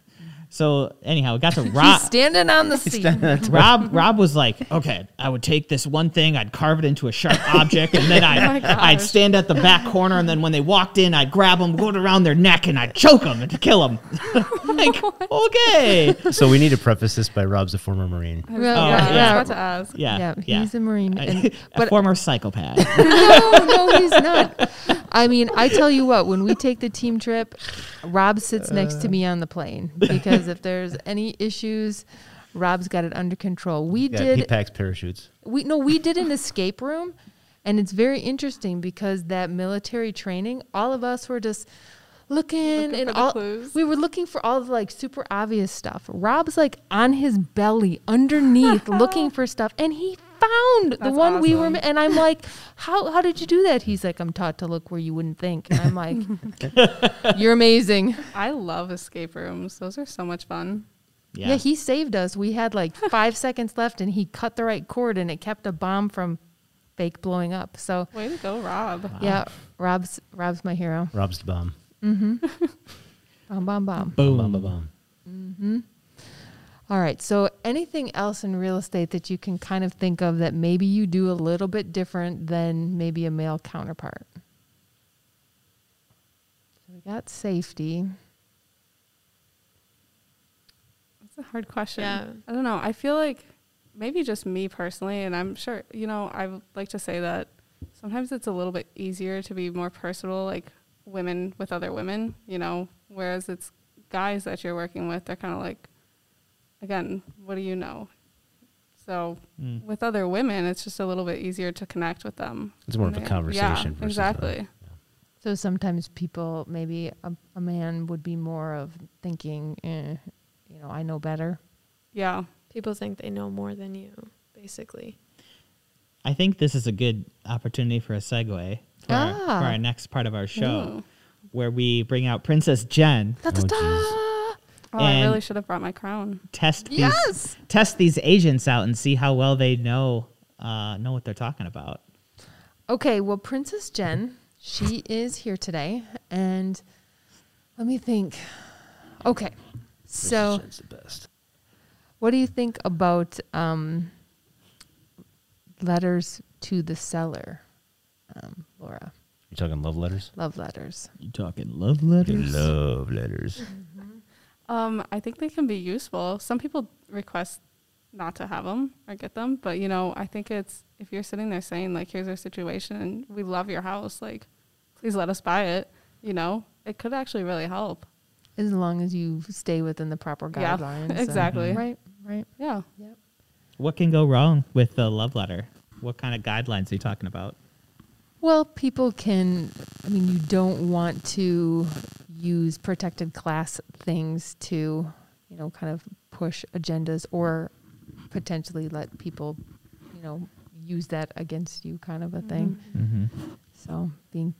[SPEAKER 1] so anyhow, it got to
[SPEAKER 3] He's
[SPEAKER 1] Rob.
[SPEAKER 3] standing on the seat.
[SPEAKER 1] Rob Rob was like, okay, I would take this one thing, I'd carve it into a sharp object, and then
[SPEAKER 4] Oh my
[SPEAKER 1] I'd,
[SPEAKER 4] gosh.
[SPEAKER 1] I'd stand at the back corner, and then when they walked in, I'd grab them, go around their neck, and I'd choke them and kill them. like, okay,
[SPEAKER 2] So we need to preface this by Rob's a former Marine.
[SPEAKER 4] I was-
[SPEAKER 3] yeah,
[SPEAKER 4] yeah,
[SPEAKER 1] Oh, yeah.
[SPEAKER 4] I was about to ask.
[SPEAKER 1] yeah,
[SPEAKER 3] Yeah,
[SPEAKER 1] yeah,
[SPEAKER 3] he's a Marine.
[SPEAKER 1] I-
[SPEAKER 3] And,
[SPEAKER 1] a
[SPEAKER 3] but
[SPEAKER 1] former psychopath.
[SPEAKER 3] no, no, he's not. I mean, I tell you what, when we take the team trip, Rob sits next to me on the plane because if there's any issues, Rob's got it under control. We
[SPEAKER 2] Yeah,
[SPEAKER 3] did
[SPEAKER 2] he packs parachutes.
[SPEAKER 3] we no we did an escape room and it's very interesting because that military training all of us were just looking,
[SPEAKER 4] Looking
[SPEAKER 3] and
[SPEAKER 4] for the
[SPEAKER 3] all
[SPEAKER 4] clues.
[SPEAKER 3] we were looking for all the like super obvious stuff rob's like on his belly underneath looking for stuff and he found the
[SPEAKER 4] That's
[SPEAKER 3] one we were
[SPEAKER 4] awesome.
[SPEAKER 3] and i'm like how how did you do that he's like i'm taught to look where you wouldn't think and i'm like you're amazing
[SPEAKER 4] I love escape rooms. Those are so much fun.
[SPEAKER 1] Yeah,
[SPEAKER 3] yeah. he saved us. We had like five seconds left, and he cut the right cord, and it kept a bomb from fake blowing up. So
[SPEAKER 4] Way to go, Rob.
[SPEAKER 3] yeah, Rob's Rob's my hero.
[SPEAKER 2] Rob's the bomb.
[SPEAKER 3] Bomb, bomb, bomb.
[SPEAKER 1] boom.
[SPEAKER 2] Bomb, bomb, bomb.
[SPEAKER 3] All right. So anything else in real estate that you can kind of think of that maybe you do a little bit different than maybe a male counterpart? So we got safety.
[SPEAKER 4] That's a hard question.
[SPEAKER 5] Yeah.
[SPEAKER 4] I don't know. I feel like maybe just me personally, and I'm sure, you know, I would like to say that sometimes it's a little bit easier to be more personal, like women with other women, you know, whereas it's guys that you're working with, they're kind of like, again, what do you know? So
[SPEAKER 2] Hmm.
[SPEAKER 1] Mm.
[SPEAKER 4] with other women, it's just a little bit easier to connect with them.
[SPEAKER 2] It's more
[SPEAKER 4] And
[SPEAKER 2] of a
[SPEAKER 4] they-
[SPEAKER 2] conversation
[SPEAKER 4] Yeah,
[SPEAKER 2] versus a-
[SPEAKER 4] exactly.
[SPEAKER 3] So sometimes people, maybe a, a man would be more of thinking, eh, you know, I know better.
[SPEAKER 4] yeah.
[SPEAKER 5] People think they know more than you, basically.
[SPEAKER 1] I think this is a good opportunity for a segue for, our, for
[SPEAKER 3] Ah.
[SPEAKER 1] our next part of our show,
[SPEAKER 4] Ooh.
[SPEAKER 1] where we bring out Princess Jen,
[SPEAKER 3] That's
[SPEAKER 2] Oh,
[SPEAKER 3] a
[SPEAKER 4] Oh, I
[SPEAKER 1] And-
[SPEAKER 4] really should have brought my crown.
[SPEAKER 1] test these
[SPEAKER 3] Yes.
[SPEAKER 1] test these agents out, and see how well they know uh, know what they're talking about.
[SPEAKER 3] Okay, well, Princess Jen, she is here today, and let me think. Okay, so
[SPEAKER 2] the best.
[SPEAKER 3] what do you think about um, letters to the seller, um, Laura?
[SPEAKER 2] You're talking love letters?
[SPEAKER 3] Love letters.
[SPEAKER 1] You talking love
[SPEAKER 2] Love letters.
[SPEAKER 4] Um, I think they can be useful. Some people request not to have them or get them, but you know, I think it's if you're sitting there saying like, "Here's our situation, and we love your house," like, please let us buy it. You know, it could actually really help.
[SPEAKER 3] As long as you stay within the proper
[SPEAKER 4] Yeah,
[SPEAKER 3] guidelines. and-
[SPEAKER 4] exactly.
[SPEAKER 3] Right, right.
[SPEAKER 4] Yeah,
[SPEAKER 3] Yep.
[SPEAKER 1] What can go wrong with a love letter? What kind of guidelines are you talking about?
[SPEAKER 3] Well, people can, I mean, you don't want to use protected class things to, you know, kind of push agendas or potentially let people, you know, use that against you kind of a thing.
[SPEAKER 1] Mm-hmm.
[SPEAKER 3] So being,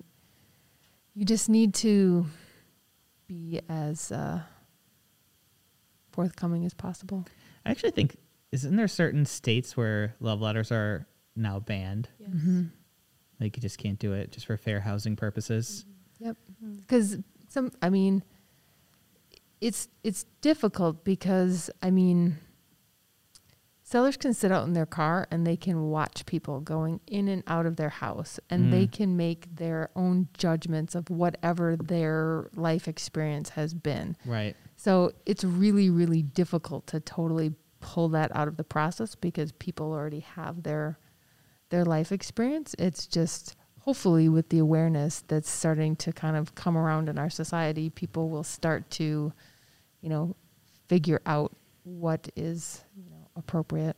[SPEAKER 3] you just need to be as uh, forthcoming as possible.
[SPEAKER 1] I actually think isn't there certain states where love letters are now banned?
[SPEAKER 5] Yes.
[SPEAKER 4] Mm-hmm.
[SPEAKER 1] Like you just can't do it just for fair housing purposes.
[SPEAKER 3] Yep. Because some, I mean, it's it's difficult because I mean, sellers can sit out in their car and they can watch people going in and out of their house, and they
[SPEAKER 1] Mm.
[SPEAKER 3] can make their own judgments of whatever their life experience has been.
[SPEAKER 1] Right.
[SPEAKER 3] So it's really really difficult to totally pull that out of the process because people already have their their life experience. It's just hopefully with the awareness that's starting to kind of come around in our society, people will start to, you know, figure out what is, you know, appropriate.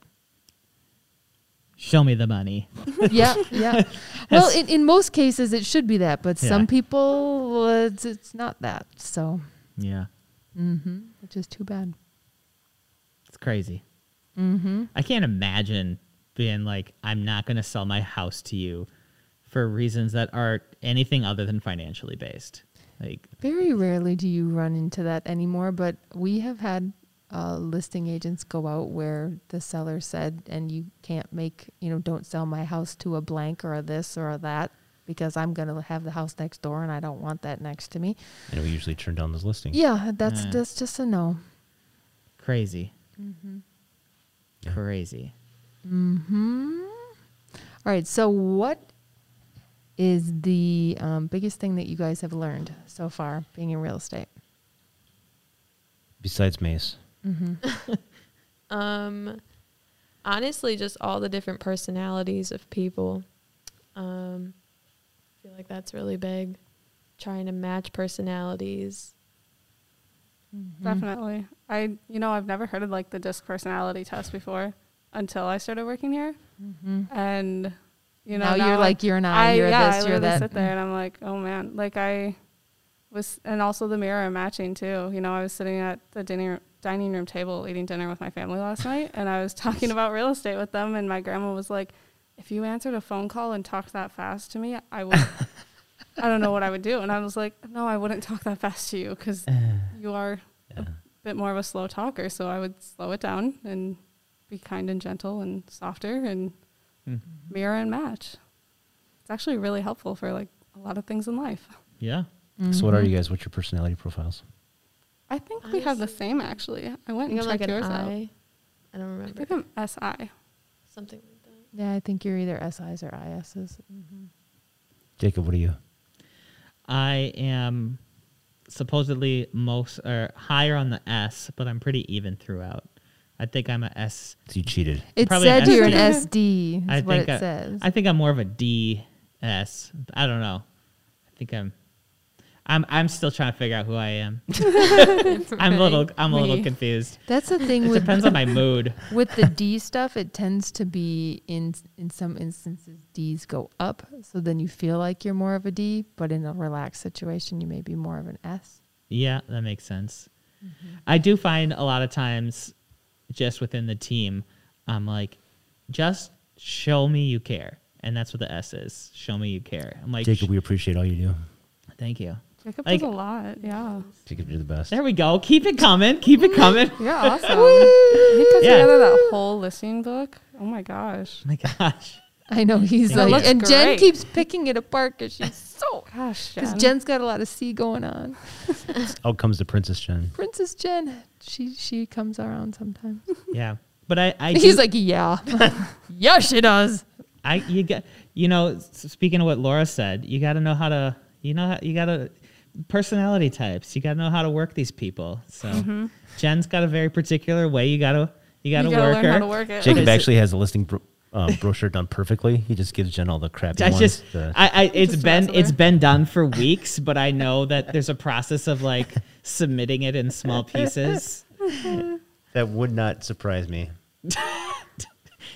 [SPEAKER 1] Show me the money.
[SPEAKER 3] yeah, yeah. Well, in, in most cases it should be that, but
[SPEAKER 1] Yeah.
[SPEAKER 3] some people uh, it's, it's not that. So,
[SPEAKER 1] Yeah.
[SPEAKER 3] mhm, which is too bad.
[SPEAKER 1] It's crazy.
[SPEAKER 3] Mhm.
[SPEAKER 1] I can't imagine being like, I'm not going to sell my house to you for reasons that are anything other than financially based. Like,
[SPEAKER 3] Very rarely do you run into that anymore, but we have had uh, listing agents go out where the seller said, and you can't make, you know, don't sell my house to a blank or a this or a that because I'm going to have the house next door and I don't want that next to me.
[SPEAKER 2] And we usually turn down those listings.
[SPEAKER 3] Yeah, that's,
[SPEAKER 1] Yeah.
[SPEAKER 3] that's just a no.
[SPEAKER 1] crazy. Mm-hmm.
[SPEAKER 2] Yeah.
[SPEAKER 1] Crazy.
[SPEAKER 3] Hmm. All right. So, what is the um, biggest thing that you guys have learned so far being in real estate?
[SPEAKER 2] Besides Mace.
[SPEAKER 5] Um, honestly, just all the different personalities of people. Um, I feel like that's really big. Trying to match personalities.
[SPEAKER 3] Mm-hmm.
[SPEAKER 4] definitely. I, you know, I've never heard of like the disc personality test before until I started working here, and you know,
[SPEAKER 3] Mm-hmm. now, you're
[SPEAKER 4] I'm-
[SPEAKER 3] like, you're not, you're
[SPEAKER 4] yeah,
[SPEAKER 3] this,
[SPEAKER 4] I
[SPEAKER 3] you're that.
[SPEAKER 4] literally sit there and I'm like, oh man, like I was, and also the mirror matching too. You know, I was sitting at the dinner dining room table eating dinner with my family last night, and I was talking about real estate with them, and my grandma was like, if you answered a phone call and talked that fast to me, I would. I don't know what I would do, and I was like, no, I wouldn't talk that fast to you because
[SPEAKER 3] Eh.
[SPEAKER 4] you are a bit more of a slow talker, so I would slow it down and be kind and gentle and softer and mirror and match. It's actually really helpful for like a lot of things in life.
[SPEAKER 1] Yeah.
[SPEAKER 2] So, what are
[SPEAKER 1] Mm-hmm.
[SPEAKER 2] you guys? What's your personality profiles?
[SPEAKER 4] I think we have the
[SPEAKER 5] Honestly.
[SPEAKER 4] same actually. I
[SPEAKER 5] I
[SPEAKER 4] went
[SPEAKER 5] think
[SPEAKER 4] and
[SPEAKER 5] I'm
[SPEAKER 4] checked
[SPEAKER 5] like an
[SPEAKER 4] yours out.
[SPEAKER 5] I. I don't
[SPEAKER 4] I
[SPEAKER 5] remember
[SPEAKER 4] think I'm SI.
[SPEAKER 5] something like that.
[SPEAKER 3] Yeah, I think you're either SIs or ISs.
[SPEAKER 2] Jacob, what are you?
[SPEAKER 1] I am supposedly most or higher on the S, but I'm pretty even throughout. I think I'm a S.
[SPEAKER 2] So, you cheated.
[SPEAKER 3] It
[SPEAKER 1] Probably
[SPEAKER 3] said
[SPEAKER 1] an
[SPEAKER 3] you're an
[SPEAKER 1] SD.
[SPEAKER 3] SD. Is
[SPEAKER 1] I
[SPEAKER 3] what
[SPEAKER 1] think
[SPEAKER 3] it
[SPEAKER 1] I-
[SPEAKER 3] says.
[SPEAKER 1] I think I'm more of a D S. I don't know. I think I'm. I'm I'm still trying to figure out who I am. I'm a little I'm a little
[SPEAKER 4] Me.
[SPEAKER 1] confused.
[SPEAKER 3] That's the thing
[SPEAKER 1] It
[SPEAKER 3] with
[SPEAKER 1] depends on my mood.
[SPEAKER 3] with the D stuff. It tends to be in in some instances D's go up, so then you feel like you're more of a D. But in a relaxed situation, you may be more of an S.
[SPEAKER 1] Yeah, that makes sense.
[SPEAKER 4] Mm-hmm.
[SPEAKER 1] I do find a lot of times just within the team, I'm like, just show me you care. And that's what the S is. Show me you care. I'm like,
[SPEAKER 2] Jacob, we appreciate all you do.
[SPEAKER 1] thank you.
[SPEAKER 4] Jacob
[SPEAKER 1] Like-
[SPEAKER 4] does a lot. Yeah.
[SPEAKER 2] You could do the best.
[SPEAKER 1] There we go. Keep it coming. Keep it coming. Oh
[SPEAKER 4] You're awesome. he put
[SPEAKER 1] Yeah.
[SPEAKER 4] together that whole listening book. Oh my gosh.
[SPEAKER 1] my gosh.
[SPEAKER 3] I know he's
[SPEAKER 1] Yeah, Mm. it
[SPEAKER 3] like,
[SPEAKER 4] looks
[SPEAKER 3] and Jen
[SPEAKER 4] great.
[SPEAKER 3] keeps picking it apart because she's
[SPEAKER 4] Oh.
[SPEAKER 3] so
[SPEAKER 4] Gosh,
[SPEAKER 3] because
[SPEAKER 4] Jen.
[SPEAKER 3] Jen's got a lot of C going on.
[SPEAKER 2] Out comes the Princess Jen.
[SPEAKER 3] Princess Jen, she she comes around sometimes.
[SPEAKER 1] Yeah. But I, I do-
[SPEAKER 3] He's like, yeah, yeah, she does.
[SPEAKER 1] I you got you know s- speaking of what Laura said, you got to know how to you know how- you got to personality types. You got to know how to work these people. So Jen's got a very particular way. You got to you got to
[SPEAKER 4] Mm-hmm. you gotta
[SPEAKER 1] work
[SPEAKER 4] learn
[SPEAKER 1] her.
[SPEAKER 4] how to work it.
[SPEAKER 2] Jacob
[SPEAKER 1] Is it-
[SPEAKER 2] actually has a listing bro- um, brochure done perfectly. He just gives Jen all the crappy
[SPEAKER 1] I
[SPEAKER 2] ones.
[SPEAKER 1] just
[SPEAKER 2] the-
[SPEAKER 1] I, I it's
[SPEAKER 4] Just
[SPEAKER 1] been
[SPEAKER 4] mess with
[SPEAKER 1] it's
[SPEAKER 4] her.
[SPEAKER 1] been done for weeks, but I know that there's a process of like submitting it in small pieces.
[SPEAKER 2] that would not surprise me.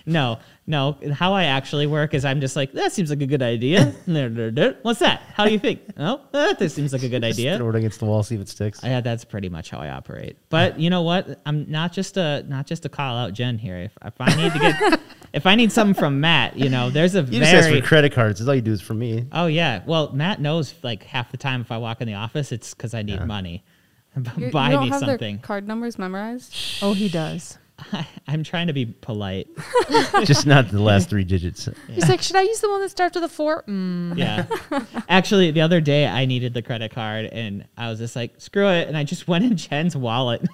[SPEAKER 1] No, no. How I actually work is I'm just like that seems like a good idea. What's that? How do you think? Oh, that seems like a good idea.
[SPEAKER 2] Just throw it against the wall, see if it sticks.
[SPEAKER 1] Yeah, that's pretty much how I operate. But you know what? I'm not just a not just a call out Jen here. If, if I need to get if I need something from Matt, you know, there's a
[SPEAKER 2] you just ask
[SPEAKER 1] very
[SPEAKER 2] for credit cards. That's all you do is for me.
[SPEAKER 1] oh yeah. Well, Matt knows like half the time if I walk in the office, it's because I need money.
[SPEAKER 4] You- you
[SPEAKER 1] Buy
[SPEAKER 4] don't
[SPEAKER 1] me
[SPEAKER 4] have their
[SPEAKER 1] something.
[SPEAKER 4] card numbers memorized.
[SPEAKER 3] Oh, he does.
[SPEAKER 1] I'm trying to be polite.
[SPEAKER 2] just not the last three digits.
[SPEAKER 3] He's like, should I use the one that starts with a four?
[SPEAKER 2] Mm-hmm.
[SPEAKER 3] Mm.
[SPEAKER 1] Yeah. Actually, the other day I needed the credit card and I was just like, screw it, and I just went in Jen's wallet.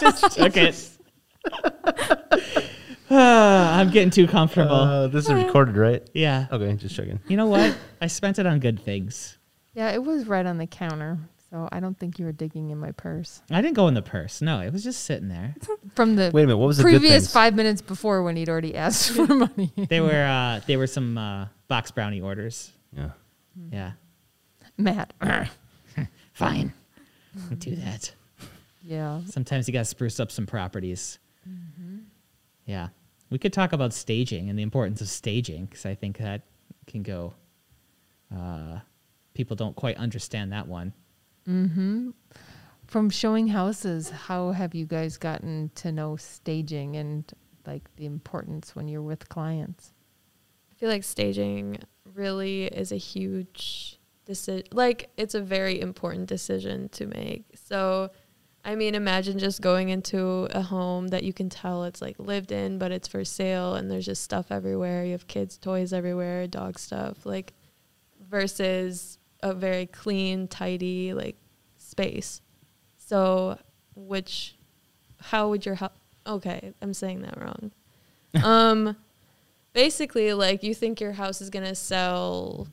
[SPEAKER 1] just took it. I'm getting too comfortable.
[SPEAKER 2] Uh, this is recorded, right?
[SPEAKER 1] yeah.
[SPEAKER 2] Okay, just checking.
[SPEAKER 1] You know what? I spent it on good things.
[SPEAKER 3] Yeah, it was right on the counter, so I don't think you were digging in my purse
[SPEAKER 1] I didn't go in the purse. No, it was just sitting there.
[SPEAKER 3] from the
[SPEAKER 2] Wait a minute, what was the good
[SPEAKER 3] previous
[SPEAKER 2] things?
[SPEAKER 3] five minutes before when he'd already asked for money.
[SPEAKER 1] They were uh, they were some uh, box brownie orders.
[SPEAKER 2] Yeah. Mm.
[SPEAKER 1] Yeah,
[SPEAKER 3] Matt,
[SPEAKER 1] fine. I'll Do that.
[SPEAKER 3] yeah,
[SPEAKER 1] Sometimes you got to spruce up some properties. Yeah, we could talk about staging and the importance of staging because I think that can go. Uh, people don't quite understand that one.
[SPEAKER 3] from showing houses, how have you guys gotten to know staging and like the importance when you're with clients?
[SPEAKER 5] I feel like staging really is a huge decision. Like, it's a very important decision to make. So, I mean, imagine just going into a home that you can tell it's like lived in, but it's for sale and there's just stuff everywhere. You have kids' toys everywhere, dog stuff, like, versus a very clean, tidy, like, space. So, which, how would your house, okay, I'm saying that wrong. um, basically like you think your house is going to sell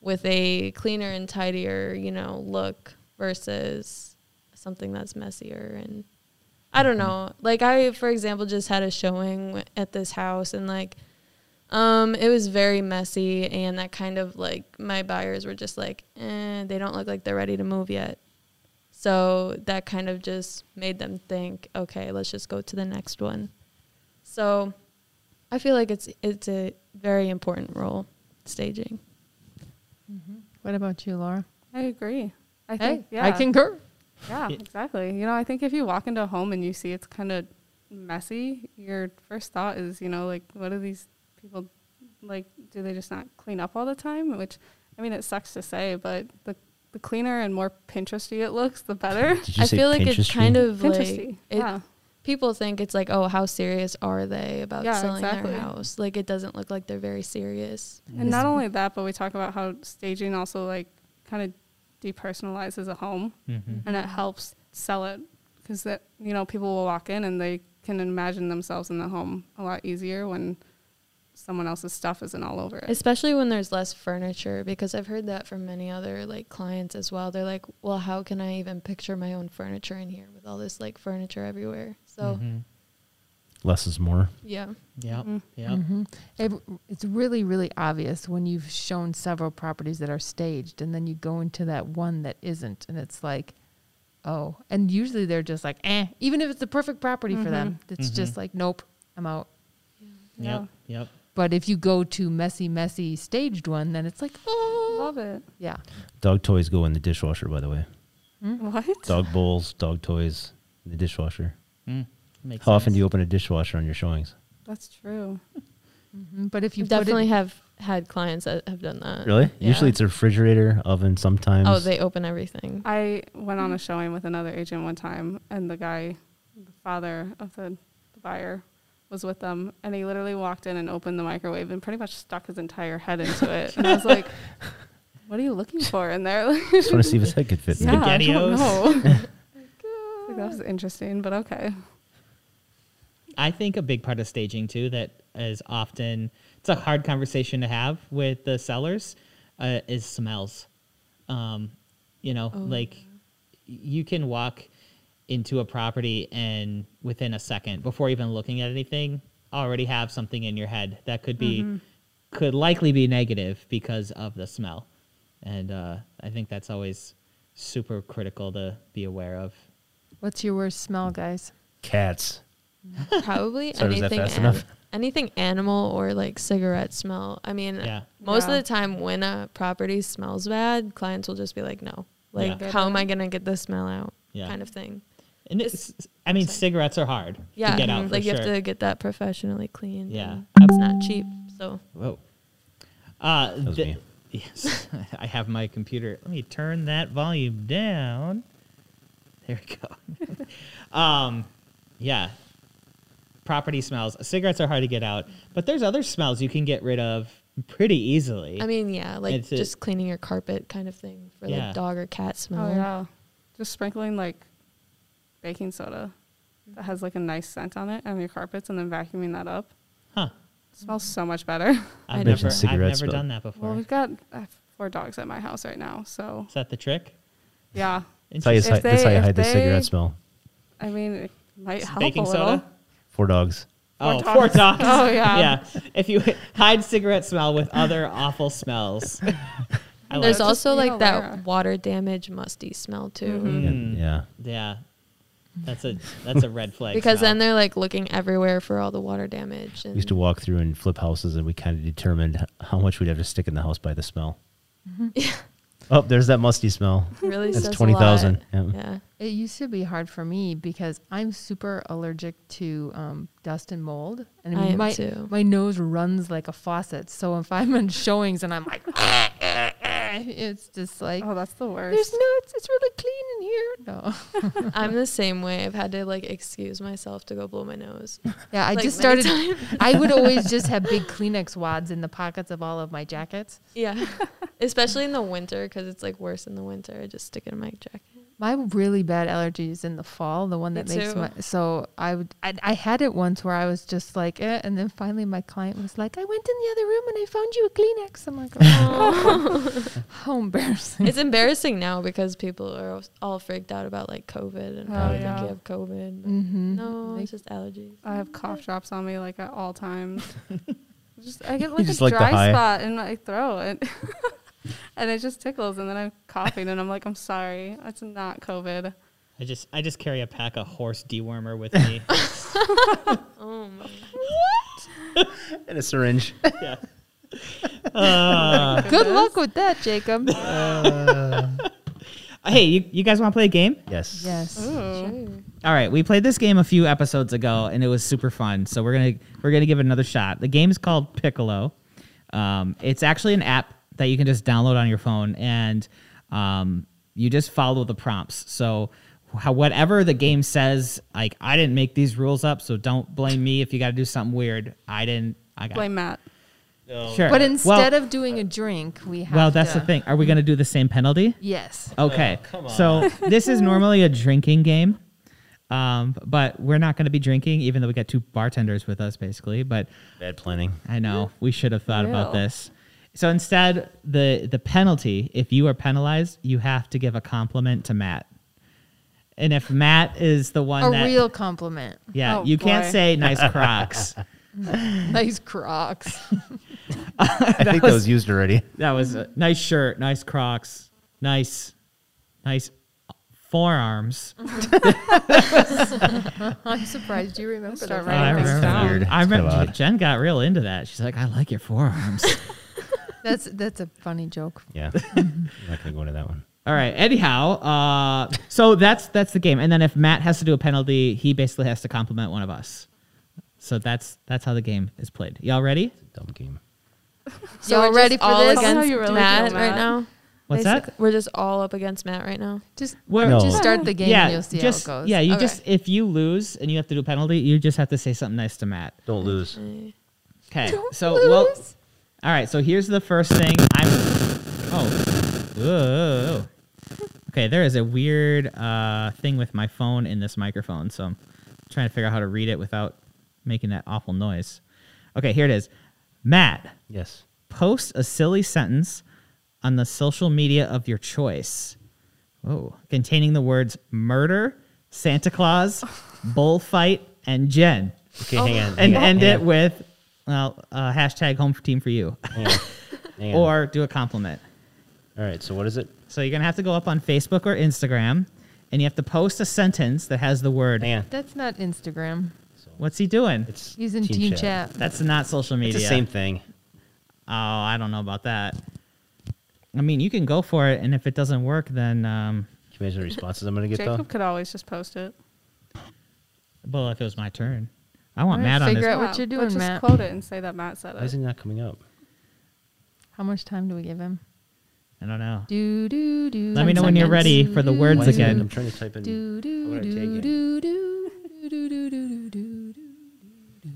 [SPEAKER 5] with a cleaner and tidier, you know, look versus something that's messier and I don't know. Like I for example just had a showing w- at this house and like um it was very messy and that kind of like my buyers were just like, "Eh, they don't look like they're ready to move yet." So that kind of just made them think, "Okay, let's just go to the next one." So I feel like it's it's a very important role staging.
[SPEAKER 3] What about you, Laura?
[SPEAKER 4] I agree. I
[SPEAKER 3] Hey,
[SPEAKER 4] think yeah.
[SPEAKER 3] I concur.
[SPEAKER 4] Yeah, exactly. You know, I think if you walk into a home and you see it's kind of messy, your first thought is, you know, like, what are these people like? Do they just not clean up all the time? Which, I mean, it sucks to say, but the the cleaner and more Pinteresty it looks, the better.
[SPEAKER 2] Did
[SPEAKER 5] I feel like it's kind of like
[SPEAKER 4] Pinteresty,
[SPEAKER 5] it-
[SPEAKER 4] yeah.
[SPEAKER 5] people think it's like, oh, how serious are they about
[SPEAKER 4] Yeah,
[SPEAKER 5] selling
[SPEAKER 4] exactly.
[SPEAKER 5] their house? Like it doesn't look like they're very serious.
[SPEAKER 4] And not only that, but we talk about how staging also like kind of depersonalizes a home, and it helps sell it because that you know people will walk in and they can imagine themselves in the home a lot easier when someone else's stuff isn't all over it.
[SPEAKER 5] Especially when there's less furniture because I've heard that from many other like clients as well. They're like, "Well, how can I even picture my own furniture in here with all this like furniture everywhere?" So,
[SPEAKER 2] Mm-hmm.
[SPEAKER 1] Mm-hmm.
[SPEAKER 2] less is more.
[SPEAKER 5] yeah.
[SPEAKER 1] Yeah, yeah.
[SPEAKER 3] It, it's really, really obvious when you've shown several properties that are staged, and then you go into that one that isn't, and it's like, oh. And usually they're just like, eh. Even if it's the perfect property for them, it's just like, nope, I'm out.
[SPEAKER 1] Yep, yep.
[SPEAKER 3] But if you go to messy, messy staged one, then it's like, oh,
[SPEAKER 4] Love it.
[SPEAKER 3] yeah.
[SPEAKER 2] Dog toys go in the dishwasher, by the way.
[SPEAKER 4] What?
[SPEAKER 2] Dog bowls, dog toys, in the dishwasher.
[SPEAKER 1] Mm. Makes
[SPEAKER 2] How often
[SPEAKER 1] sense.
[SPEAKER 2] do you open a dishwasher on your showings?
[SPEAKER 4] That's true.
[SPEAKER 3] Mhm. But if you
[SPEAKER 5] You definitely
[SPEAKER 3] put it,
[SPEAKER 5] have had clients that have done that.
[SPEAKER 2] Really?
[SPEAKER 5] Yeah.
[SPEAKER 2] Usually it's a refrigerator, oven sometimes.
[SPEAKER 5] Oh, they open everything.
[SPEAKER 4] I went on a showing with another agent one time, and the guy, the father of the, the buyer, was with them, and he literally walked in and opened the microwave and pretty much stuck his entire head into it. And I was like, "What are you looking for in there?" Like,
[SPEAKER 2] just want to see if his head could fit. in there.
[SPEAKER 4] yeah, I don't
[SPEAKER 1] Spaghettios.
[SPEAKER 4] know. Like, that was interesting, but okay.
[SPEAKER 1] I think a big part of staging too that is often it's a hard conversation to have with the sellers uh, is smells. Um, you
[SPEAKER 5] Oh.
[SPEAKER 1] know, like you can walk into a property and within a second, before even looking at anything, already have something in your head that could be
[SPEAKER 5] Mm-hmm.
[SPEAKER 1] could likely be negative because of the smell. And uh, I think that's always super critical to be aware of.
[SPEAKER 3] What's your worst smell, guys?
[SPEAKER 2] Cats.
[SPEAKER 5] Probably
[SPEAKER 2] Sorry, was that
[SPEAKER 5] anything
[SPEAKER 2] fast
[SPEAKER 5] an-
[SPEAKER 2] enough?
[SPEAKER 5] anything animal or like cigarette smell. I mean,
[SPEAKER 1] Yeah.
[SPEAKER 5] most
[SPEAKER 4] Yeah.
[SPEAKER 5] of the time when a property smells bad, clients will just be like, "No, like
[SPEAKER 1] Yeah.
[SPEAKER 5] how am I gonna get this smell out?"
[SPEAKER 1] Yeah.
[SPEAKER 5] kind of thing.
[SPEAKER 1] And
[SPEAKER 5] It's-
[SPEAKER 1] it's, I mean, cigarettes are hard
[SPEAKER 5] Yeah,
[SPEAKER 1] to get out
[SPEAKER 5] mhm.
[SPEAKER 1] for
[SPEAKER 5] like you
[SPEAKER 1] sure.
[SPEAKER 5] have to get that professionally cleaned.
[SPEAKER 1] Yeah.
[SPEAKER 5] and it's not cheap. So
[SPEAKER 1] Whoa. Uh,
[SPEAKER 2] was
[SPEAKER 1] the-
[SPEAKER 2] me.
[SPEAKER 1] Yes, I have my computer. Let me turn that volume down. There we go. um, yeah. Property smells. Cigarettes are hard to get out, but there's other smells you can get rid of pretty easily.
[SPEAKER 5] I mean, yeah, like
[SPEAKER 1] It's a-
[SPEAKER 5] just cleaning your carpet kind of thing for
[SPEAKER 1] Yeah.
[SPEAKER 5] like dog or cat smell.
[SPEAKER 4] Oh yeah, just sprinkling like baking soda that has like a nice scent on it on your carpets, and then vacuuming that up
[SPEAKER 1] huh?
[SPEAKER 4] smells so much better.
[SPEAKER 5] I
[SPEAKER 1] I've
[SPEAKER 5] mentioned
[SPEAKER 1] never, I've
[SPEAKER 2] cigarettes,
[SPEAKER 1] never
[SPEAKER 2] but-
[SPEAKER 1] done that before.
[SPEAKER 4] Well, we've got I have four dogs at my house right now, so
[SPEAKER 1] Is that the trick?
[SPEAKER 4] yeah.
[SPEAKER 2] That's how you,
[SPEAKER 1] Interesting.
[SPEAKER 2] hi-
[SPEAKER 4] If
[SPEAKER 2] that's how you
[SPEAKER 4] they-
[SPEAKER 2] hide
[SPEAKER 4] if
[SPEAKER 2] the cigarette
[SPEAKER 4] they-
[SPEAKER 2] smell.
[SPEAKER 4] I mean, it might help
[SPEAKER 1] Baking
[SPEAKER 4] a little.
[SPEAKER 1] soda.
[SPEAKER 2] Four dogs.
[SPEAKER 1] Oh,
[SPEAKER 4] dogs.
[SPEAKER 1] four dogs.
[SPEAKER 4] Oh, yeah.
[SPEAKER 1] yeah. If you hide cigarette smell with other awful smells, I
[SPEAKER 5] There's
[SPEAKER 4] like-
[SPEAKER 5] also
[SPEAKER 4] Just being
[SPEAKER 5] like that
[SPEAKER 4] aware.
[SPEAKER 5] water damage musty smell too.
[SPEAKER 2] Hmm.
[SPEAKER 1] Mm.
[SPEAKER 2] Yeah.
[SPEAKER 1] Yeah, that's a that's a red flag.
[SPEAKER 5] Because
[SPEAKER 1] smell.
[SPEAKER 5] then they're like looking everywhere for all the water damage. And
[SPEAKER 2] We used to walk through and flip houses, and we kind of determined h- how much we'd have to stick in the house by the smell. Oh, there's that musty smell.
[SPEAKER 5] really
[SPEAKER 2] That's
[SPEAKER 5] says a
[SPEAKER 2] 20,000,
[SPEAKER 5] lot.
[SPEAKER 2] yeah.
[SPEAKER 5] Yeah.
[SPEAKER 3] It used to be hard for me because I'm super allergic to um, dust and mold, and
[SPEAKER 5] I am
[SPEAKER 3] my
[SPEAKER 5] too.
[SPEAKER 3] my nose runs like a faucet. So if I'm in showings and I'm like, it's just like
[SPEAKER 4] Oh, that's the
[SPEAKER 3] there's
[SPEAKER 4] worst.
[SPEAKER 3] no, it's, it's really clean in here. No,
[SPEAKER 5] I'm the same way. I've had to like excuse myself to go blow my nose.
[SPEAKER 3] yeah, I
[SPEAKER 5] Like,
[SPEAKER 3] just
[SPEAKER 5] many
[SPEAKER 3] started. I would always just have big Kleenex wads in the pockets of all of my jackets.
[SPEAKER 5] Yeah. Especially in the winter because it's like worse in the winter. I just stick it in my jacket.
[SPEAKER 3] My really bad allergy is in the fall, the one
[SPEAKER 5] Me
[SPEAKER 3] that makes
[SPEAKER 5] too.
[SPEAKER 3] my. So I would. I, I had it once where I was just like, eh, and then finally my client was like, I went in the other room and I found you a Kleenex. I'm like, oh, how embarrassing.
[SPEAKER 5] it's embarrassing now because people are all freaked out about like COVID and
[SPEAKER 4] Oh,
[SPEAKER 5] probably
[SPEAKER 4] yeah.
[SPEAKER 5] think you have COVID. but
[SPEAKER 3] Mm-hmm.
[SPEAKER 5] No,
[SPEAKER 3] Like-
[SPEAKER 5] it's just allergies.
[SPEAKER 4] I have cough drops on me like at all times. just I get like
[SPEAKER 2] just
[SPEAKER 4] a
[SPEAKER 2] like the
[SPEAKER 4] dry
[SPEAKER 2] high.
[SPEAKER 4] spot in my throat, and, and it just tickles, and then I'm coughing, and I'm like, I'm sorry, it's not COVID.
[SPEAKER 1] I just I just carry a pack of horse dewormer with me.
[SPEAKER 5] Oh my.
[SPEAKER 2] And a syringe.
[SPEAKER 1] yeah. Uh,
[SPEAKER 3] Good luck with that, Jacob.
[SPEAKER 1] hey, you, you guys want to play a game?
[SPEAKER 2] yes.
[SPEAKER 3] yes.
[SPEAKER 1] All right, we played this game a few episodes ago, and it was super fun. So we're gonna we're gonna give it another shot. The game is called Piccolo. Um, it's actually an app that you can just download on your phone, and um, you just follow the prompts. So how, whatever the game says, like I didn't make these rules up, so don't blame me if you got to do something weird. I didn't. I got
[SPEAKER 4] Blame Matt.
[SPEAKER 1] Sure.
[SPEAKER 3] But instead
[SPEAKER 1] well,
[SPEAKER 3] of doing a drink, we have.
[SPEAKER 1] well, that's
[SPEAKER 3] to- Oh,
[SPEAKER 1] the thing. Are we gonna do the same penalty?
[SPEAKER 3] Yes.
[SPEAKER 1] Okay. So this is normally a drinking game, um, but we're not going to be drinking, even though we got two bartenders with us, basically. But
[SPEAKER 2] Bad planning.
[SPEAKER 1] I know we should have thought about
[SPEAKER 4] Ew.
[SPEAKER 1] this. So instead, the the penalty, if you are penalized, you have to give a compliment to Matt. And if Matt is the one
[SPEAKER 3] A
[SPEAKER 1] that,
[SPEAKER 3] real compliment.
[SPEAKER 1] yeah,
[SPEAKER 4] Oh,
[SPEAKER 1] you can't
[SPEAKER 4] boy.
[SPEAKER 1] say nice Crocs.
[SPEAKER 3] Nice Crocs.
[SPEAKER 2] I think that was used already.
[SPEAKER 1] that was a nice shirt, nice Crocs, nice, nice
[SPEAKER 3] Mm-hmm.
[SPEAKER 1] forearms.
[SPEAKER 3] I'm surprised you remember
[SPEAKER 4] Start
[SPEAKER 3] that.
[SPEAKER 1] I
[SPEAKER 4] writing things
[SPEAKER 1] remember.
[SPEAKER 4] down.
[SPEAKER 2] Weird.
[SPEAKER 1] I
[SPEAKER 2] It's kinda
[SPEAKER 1] remember
[SPEAKER 2] odd.
[SPEAKER 1] Jen got real into that. She's like, I like your forearms.
[SPEAKER 3] That's that's a funny joke.
[SPEAKER 2] Yeah. I'm not going to go into that one.
[SPEAKER 1] All right. Anyhow, uh, so that's that's the game. And then if Matt has to do a penalty, he basically has to compliment one of us. So that's that's how the game is played. Y'all ready?
[SPEAKER 2] Dumb game.
[SPEAKER 3] So we're ready for
[SPEAKER 5] all
[SPEAKER 3] this?
[SPEAKER 4] Tell me how
[SPEAKER 5] against
[SPEAKER 4] you really feel,
[SPEAKER 5] Matt, right
[SPEAKER 4] Matt.
[SPEAKER 5] now.
[SPEAKER 2] What's that?
[SPEAKER 5] We're just all up against Matt right now.
[SPEAKER 3] Just
[SPEAKER 1] We're-
[SPEAKER 2] No.
[SPEAKER 3] just start the game
[SPEAKER 1] yeah,
[SPEAKER 3] and you'll see
[SPEAKER 1] just,
[SPEAKER 3] how it goes.
[SPEAKER 1] Yeah, you
[SPEAKER 5] Okay.
[SPEAKER 1] just if you lose and you have to do a penalty, you just have to say something nice to Matt.
[SPEAKER 2] Don't lose.
[SPEAKER 1] Okay.
[SPEAKER 3] Don't
[SPEAKER 1] So well,
[SPEAKER 3] lose.
[SPEAKER 1] all right. So here's the first thing. I'm. Oh. Whoa. Okay. There is a weird uh, thing with my phone in this microphone, so I'm trying to figure out how to read it without making that awful noise. Okay. Here it is. Matt,
[SPEAKER 2] Yes.
[SPEAKER 1] post a silly sentence on the social media of your choice. Oh, containing the words murder, Santa Claus, bullfight, and Jen.
[SPEAKER 2] Okay, hang on.
[SPEAKER 1] And
[SPEAKER 2] hang on,
[SPEAKER 1] end
[SPEAKER 2] hang
[SPEAKER 1] it
[SPEAKER 2] on,
[SPEAKER 1] with well, uh, hashtag home team for you,
[SPEAKER 2] hang on, hang on.
[SPEAKER 1] or do a compliment.
[SPEAKER 2] all right. So what is it?
[SPEAKER 1] So you're gonna have to go up on Facebook or Instagram, and you have to post a sentence that has the word.
[SPEAKER 2] Hang on.
[SPEAKER 3] That's not Instagram.
[SPEAKER 1] What's he doing?
[SPEAKER 2] It's
[SPEAKER 3] He's in team, chat.
[SPEAKER 1] That's not social media.
[SPEAKER 2] It's the same thing.
[SPEAKER 1] Oh, I don't know about that. I mean, you can go for it, and if it doesn't work, then um,
[SPEAKER 2] Can you imagine the responses I'm gonna get
[SPEAKER 4] Jacob
[SPEAKER 2] though?
[SPEAKER 4] could always just post it.
[SPEAKER 1] Well, if it was my turn, I want
[SPEAKER 3] All right,
[SPEAKER 1] Matt on
[SPEAKER 3] figure
[SPEAKER 1] this.
[SPEAKER 3] out- what
[SPEAKER 4] Wow.
[SPEAKER 3] you're
[SPEAKER 4] But
[SPEAKER 3] doing,
[SPEAKER 4] just
[SPEAKER 3] Matt.
[SPEAKER 4] quote it and say that Matt said
[SPEAKER 2] Why is
[SPEAKER 4] it.
[SPEAKER 2] he not coming up?
[SPEAKER 3] How much time do we give him?
[SPEAKER 1] I don't know.
[SPEAKER 3] Do do do.
[SPEAKER 1] Let me know when you're ready for the words
[SPEAKER 2] Why is it-
[SPEAKER 1] again.
[SPEAKER 2] I'm trying to type in.
[SPEAKER 3] Do
[SPEAKER 2] How
[SPEAKER 3] do
[SPEAKER 2] would I
[SPEAKER 3] do
[SPEAKER 2] take it?
[SPEAKER 3] do do do do do do do do.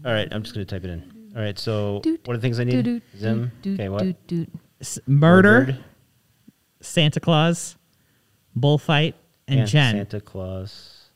[SPEAKER 2] All right, I'm just gonna type it in. All right. So
[SPEAKER 3] Doot,
[SPEAKER 2] what are the things I
[SPEAKER 3] do,
[SPEAKER 2] need?
[SPEAKER 3] do,
[SPEAKER 2] Zim.
[SPEAKER 3] do,
[SPEAKER 2] Okay. What?
[SPEAKER 3] do, do.
[SPEAKER 1] S- Murder, Santa Claus, bullfight, and Jen.
[SPEAKER 2] Santa Claus.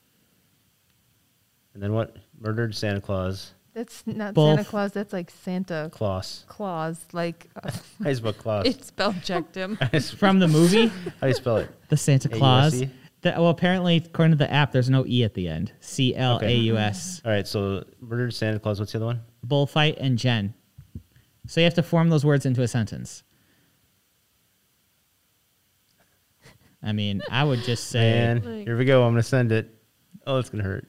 [SPEAKER 2] And then what? Murdered Santa Claus.
[SPEAKER 3] That's not
[SPEAKER 1] Both.
[SPEAKER 3] Santa Claus. That's like Santa
[SPEAKER 2] Claus.
[SPEAKER 3] Claus. Like uh,
[SPEAKER 2] How do you spell Claus?
[SPEAKER 3] it spell checked him.
[SPEAKER 1] From the movie,
[SPEAKER 2] How do you spell it?
[SPEAKER 1] the Santa
[SPEAKER 2] A U S E?
[SPEAKER 1] Claus. That, well, apparently, according to the app, there's no e at the end. C L A U S.
[SPEAKER 2] All right. So murdered Santa Claus. What's the other one?
[SPEAKER 1] Bullfight and Jen. So you have to form those words into a sentence. I mean, I would just say.
[SPEAKER 2] And
[SPEAKER 5] Like-
[SPEAKER 2] here we go. I'm gonna send it. Oh, it's gonna hurt.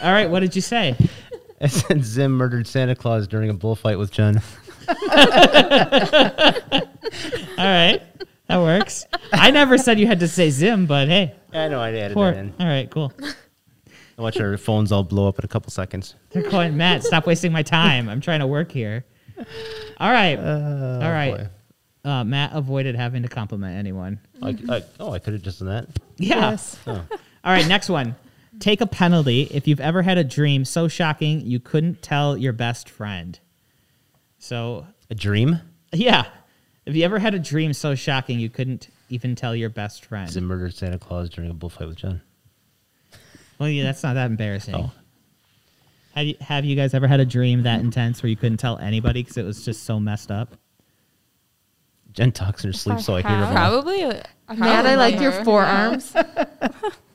[SPEAKER 1] All right, what did you say?
[SPEAKER 2] I said Zim murdered Santa Claus during a bullfight with Jen.
[SPEAKER 1] All right, that works. I never said you had to say Zim, but hey,
[SPEAKER 2] I know I added
[SPEAKER 1] poor.
[SPEAKER 2] that in.
[SPEAKER 1] All right, cool.
[SPEAKER 2] I watch our phones all blow up in a couple seconds.
[SPEAKER 1] They're calling Matt. Stop wasting my time. I'm trying to work here. All right, all right. Uh, Matt avoided having to compliment anyone.
[SPEAKER 2] I, I, oh, I could have just done that.
[SPEAKER 1] Yeah.
[SPEAKER 2] Oh.
[SPEAKER 1] All right, next one. Take a penalty if you've ever had a dream so shocking you couldn't tell your best friend. So
[SPEAKER 2] A dream?
[SPEAKER 1] yeah, if you ever had a dream so shocking you couldn't even tell your best friend?
[SPEAKER 2] Zim murdered Santa Claus during a bullfight with John.
[SPEAKER 1] Well, yeah, that's not that embarrassing.
[SPEAKER 2] Oh.
[SPEAKER 1] Have you, have you guys ever had a dream that intense where you couldn't tell anybody because it was just so messed up?
[SPEAKER 2] Jen talks in her sleep, so I hear her. all.
[SPEAKER 5] Probably. uh,
[SPEAKER 3] Matt, I like your
[SPEAKER 5] probably.
[SPEAKER 3] forearms.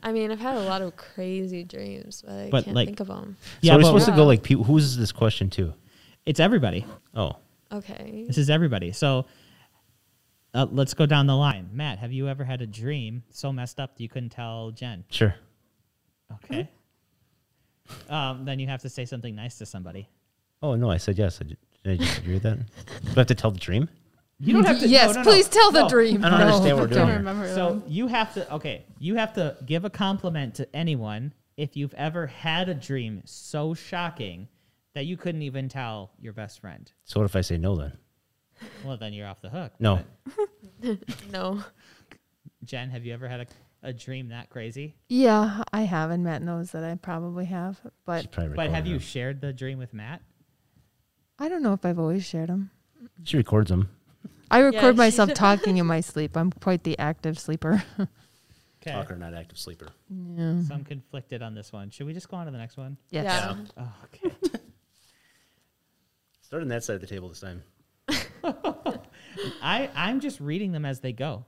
[SPEAKER 5] I mean, I've had a lot of crazy dreams, but I
[SPEAKER 1] But,
[SPEAKER 5] can't
[SPEAKER 1] like-
[SPEAKER 5] think of them.
[SPEAKER 2] So we're supposed
[SPEAKER 1] but
[SPEAKER 2] to go like, pe- who's this question to?
[SPEAKER 1] it's everybody.
[SPEAKER 2] Oh,
[SPEAKER 5] Okay.
[SPEAKER 1] This is everybody. So uh, let's go down the line. Matt, have you ever had a dream so messed up that you couldn't tell Jen?
[SPEAKER 2] sure.
[SPEAKER 1] Okay. um, then you have to say something nice to somebody.
[SPEAKER 2] Oh no, I said yes. I, ju- did I just agree with that? Do I have to tell the dream?
[SPEAKER 1] You don't have to.
[SPEAKER 3] yes,
[SPEAKER 1] no, no, no.
[SPEAKER 3] please tell the
[SPEAKER 1] No.
[SPEAKER 3] dream.
[SPEAKER 2] I don't understand what we're
[SPEAKER 4] I
[SPEAKER 2] doing.
[SPEAKER 4] don't
[SPEAKER 2] Here.
[SPEAKER 4] remember
[SPEAKER 1] So you have to okay, you have to give a compliment to anyone if you've ever had a dream so shocking that you couldn't even tell your best friend.
[SPEAKER 2] So what if I say no then?
[SPEAKER 1] Well, then you're off the hook.
[SPEAKER 2] No.
[SPEAKER 5] No.
[SPEAKER 1] Jen, have you ever had a, a dream that crazy?
[SPEAKER 3] Yeah, I have, and Matt knows that I probably have, but
[SPEAKER 2] She's probably
[SPEAKER 1] But
[SPEAKER 2] recording
[SPEAKER 1] have you
[SPEAKER 2] them.
[SPEAKER 1] shared the dream with Matt?
[SPEAKER 3] I don't know if I've always shared them.
[SPEAKER 2] She records them.
[SPEAKER 3] I record
[SPEAKER 5] she-
[SPEAKER 3] myself talking in my sleep. I'm quite the active sleeper.
[SPEAKER 1] Okay.
[SPEAKER 2] Talker, not active sleeper.
[SPEAKER 3] yeah.
[SPEAKER 1] So I'm conflicted on this one. Should we just go on to the next one?
[SPEAKER 3] Yes.
[SPEAKER 5] Yeah.
[SPEAKER 1] Oh, okay.
[SPEAKER 2] Start on that side of the table this time.
[SPEAKER 1] I I'm just reading them as they go.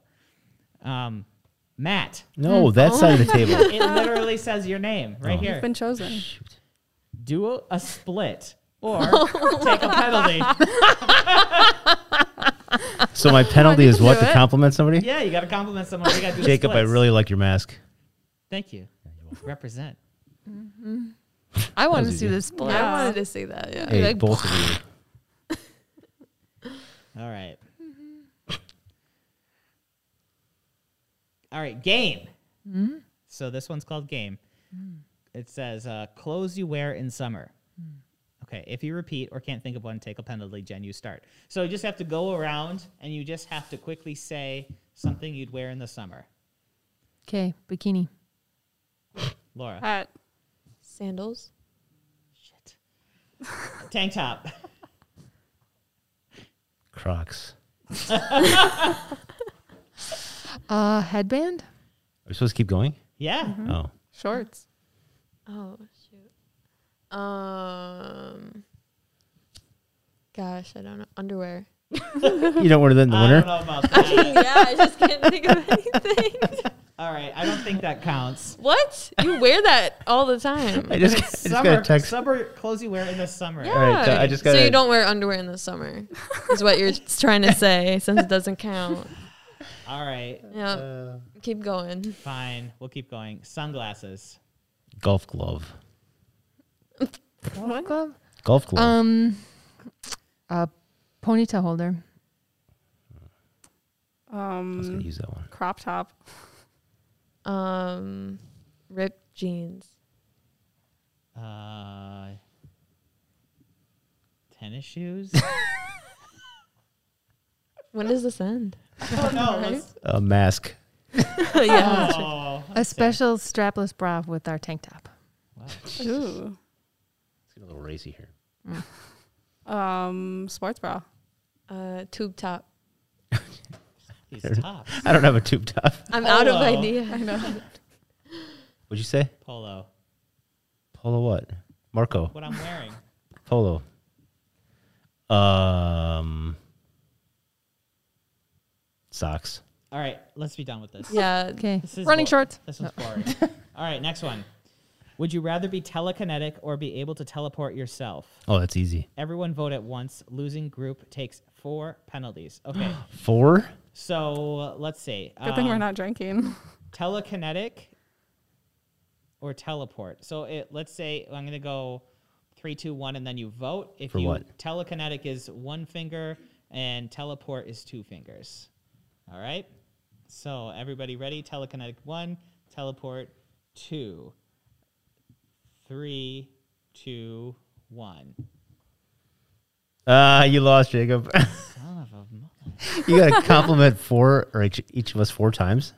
[SPEAKER 1] Um, Matt,
[SPEAKER 2] No, that side of the table.
[SPEAKER 1] it literally says your name right
[SPEAKER 2] Oh.
[SPEAKER 1] here.
[SPEAKER 4] Been chosen.
[SPEAKER 2] Shoot.
[SPEAKER 1] do a, a split or take a penalty.
[SPEAKER 2] So my penalty is
[SPEAKER 3] can
[SPEAKER 2] what
[SPEAKER 3] do
[SPEAKER 2] to
[SPEAKER 3] it.
[SPEAKER 2] compliment somebody?
[SPEAKER 1] Yeah, you got to compliment someone. You got to do
[SPEAKER 2] Jacob, I
[SPEAKER 1] splits.
[SPEAKER 2] really like your mask.
[SPEAKER 1] thank you. Represent.
[SPEAKER 3] I want to
[SPEAKER 2] That was
[SPEAKER 3] see
[SPEAKER 2] easy.
[SPEAKER 3] this split.
[SPEAKER 5] I wanted to say that. Yeah.
[SPEAKER 2] Hey,
[SPEAKER 3] like,
[SPEAKER 2] both of you.
[SPEAKER 1] All right. All right, game. So this one's called game. It says uh, clothes you wear in summer. Okay, if you repeat or can't think of one, take a penalty, Jen, you start. So you just have to go around and you just have to quickly say something you'd wear in the summer.
[SPEAKER 3] Okay, bikini.
[SPEAKER 1] Laura,
[SPEAKER 4] Hat.
[SPEAKER 5] Sandals.
[SPEAKER 1] tank top.
[SPEAKER 2] Crocs.
[SPEAKER 3] Uh, headband.
[SPEAKER 2] Are we supposed to keep going?
[SPEAKER 1] Yeah.
[SPEAKER 3] Mm-hmm.
[SPEAKER 2] Oh.
[SPEAKER 4] Shorts.
[SPEAKER 5] Oh shoot. Um. Gosh, I don't know. Underwear.
[SPEAKER 2] You don't wear that in the
[SPEAKER 1] I don't
[SPEAKER 2] winter?
[SPEAKER 1] know about that.
[SPEAKER 5] yeah, I just can't think of anything.
[SPEAKER 1] All right, I don't think that counts.
[SPEAKER 5] What? You wear that all the time.
[SPEAKER 2] I just, I
[SPEAKER 1] It's
[SPEAKER 2] just
[SPEAKER 1] summer,
[SPEAKER 2] got a text.
[SPEAKER 1] summer clothes you wear in the summer.
[SPEAKER 5] Yeah.
[SPEAKER 2] right, so I just
[SPEAKER 5] so
[SPEAKER 2] gotta-
[SPEAKER 5] you don't wear underwear in the summer, is what you're trying to say, since it doesn't count.
[SPEAKER 1] All right,
[SPEAKER 5] Yeah,
[SPEAKER 2] Uh,
[SPEAKER 5] keep going.
[SPEAKER 1] fine. We'll keep going. Sunglasses.
[SPEAKER 2] golf glove.
[SPEAKER 3] Golf glove.
[SPEAKER 2] Golf glove.
[SPEAKER 3] Um, a ponytail holder.
[SPEAKER 2] I was going to
[SPEAKER 4] Um,
[SPEAKER 2] use that one.
[SPEAKER 4] crop top.
[SPEAKER 5] Um, ripped jeans.
[SPEAKER 1] Uh, tennis shoes.
[SPEAKER 5] When does this end?
[SPEAKER 1] oh no. let's-
[SPEAKER 2] A mask.
[SPEAKER 5] yeah. that's right.
[SPEAKER 1] Oh,
[SPEAKER 3] A special strapless bra with our tank top.
[SPEAKER 4] Ooh.
[SPEAKER 2] It's getting a little racy here.
[SPEAKER 4] Um, sports bra.
[SPEAKER 5] Uh, tube top.
[SPEAKER 1] these tops.
[SPEAKER 2] I don't have a tube top.
[SPEAKER 5] I'm out of
[SPEAKER 1] Polo.
[SPEAKER 5] idea.
[SPEAKER 2] What'd you say?
[SPEAKER 1] Polo.
[SPEAKER 2] Polo what? Marco.
[SPEAKER 1] What I'm wearing.
[SPEAKER 2] Polo. Um. Socks.
[SPEAKER 1] All right, let's be done with this.
[SPEAKER 5] Yeah.
[SPEAKER 3] Okay.
[SPEAKER 1] This is
[SPEAKER 3] Running
[SPEAKER 1] bo-
[SPEAKER 3] shorts.
[SPEAKER 1] This is boring. All right, next one. Would you rather be telekinetic or be able to teleport yourself?
[SPEAKER 2] Oh, that's easy.
[SPEAKER 1] Everyone vote at once. Losing group takes four penalties. Okay,
[SPEAKER 2] Four.
[SPEAKER 1] so uh, let's see.
[SPEAKER 4] Good thing we're
[SPEAKER 1] Um,
[SPEAKER 4] not drinking.
[SPEAKER 1] telekinetic or teleport. So it let's say I'm gonna go three, two, one, and then you vote. If
[SPEAKER 2] For
[SPEAKER 1] you
[SPEAKER 2] what?
[SPEAKER 1] telekinetic is one finger and teleport is two fingers. All right. So everybody ready? Telekinetic one, teleport two, three, two, one.
[SPEAKER 2] Ah, you lost, Jacob.
[SPEAKER 1] Son of a mo-
[SPEAKER 2] you got to compliment four or each, each of us four times.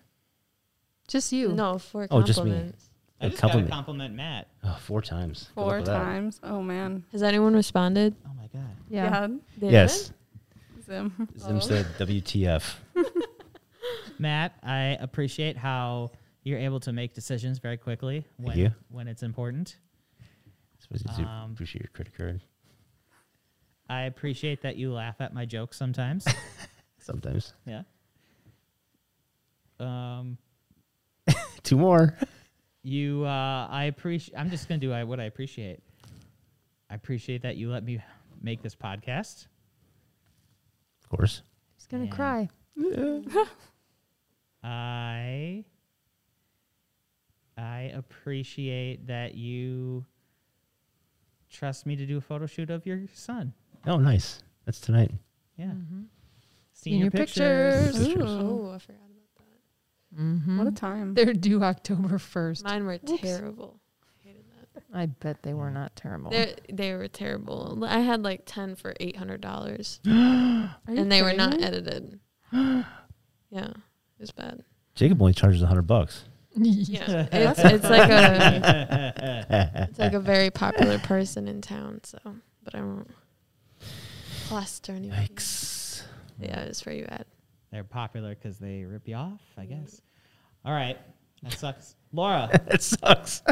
[SPEAKER 3] Just you.
[SPEAKER 5] No, for
[SPEAKER 2] Oh, just me.
[SPEAKER 5] compliments.
[SPEAKER 1] I
[SPEAKER 2] A
[SPEAKER 1] just gotta
[SPEAKER 2] compliment.
[SPEAKER 1] compliment Matt.
[SPEAKER 2] Oh, four times. Good luck
[SPEAKER 4] Four
[SPEAKER 2] with that.
[SPEAKER 4] times. Oh man.
[SPEAKER 5] Has anyone responded?
[SPEAKER 1] Oh my god.
[SPEAKER 3] Yeah.
[SPEAKER 5] They
[SPEAKER 2] Yes.
[SPEAKER 4] Oh. Yeah, Zim.
[SPEAKER 2] Zim said WTF.
[SPEAKER 1] Matt, I appreciate how you're able to make decisions very quickly when
[SPEAKER 2] you.
[SPEAKER 1] when it's important.
[SPEAKER 2] Supposed to
[SPEAKER 1] Um,
[SPEAKER 2] appreciate your credit card
[SPEAKER 1] I appreciate that you laugh at my jokes sometimes.
[SPEAKER 2] sometimes.
[SPEAKER 1] yeah. Um,
[SPEAKER 2] Two more.
[SPEAKER 1] you, uh, I appreciate. I'm just gonna do I, what I appreciate. I appreciate that you let me make this podcast.
[SPEAKER 2] Of course.
[SPEAKER 3] He's gonna
[SPEAKER 1] Yeah.
[SPEAKER 3] cry.
[SPEAKER 1] I I appreciate that you trust me to do a photo shoot of your son.
[SPEAKER 2] Oh, nice. That's tonight.
[SPEAKER 1] Yeah.
[SPEAKER 3] In
[SPEAKER 1] Senior
[SPEAKER 3] Mm. your
[SPEAKER 1] pictures.
[SPEAKER 3] pictures.
[SPEAKER 4] Ooh.
[SPEAKER 5] Oh, I forgot about that.
[SPEAKER 4] What a
[SPEAKER 3] Mm-hmm.
[SPEAKER 4] time.
[SPEAKER 3] They're due October first.
[SPEAKER 5] Mine were terrible. I hated that.
[SPEAKER 3] I bet they were not terrible.
[SPEAKER 5] They're, they were terrible. I had like 10 for $800
[SPEAKER 4] Are you
[SPEAKER 5] and they were
[SPEAKER 4] kidding
[SPEAKER 5] not
[SPEAKER 4] me?
[SPEAKER 5] edited. yeah, it was bad.
[SPEAKER 2] Jacob only charges a hundred bucks.
[SPEAKER 5] Yeah, it's, it's like a it's like a very popular person in town. So, but I won't cluster anyone.
[SPEAKER 2] Yikes.
[SPEAKER 5] Yeah, it was pretty bad.
[SPEAKER 1] They're popular because they rip you off, I
[SPEAKER 4] Mm-hmm.
[SPEAKER 1] guess. All right. That sucks. Laura,
[SPEAKER 2] That sucks.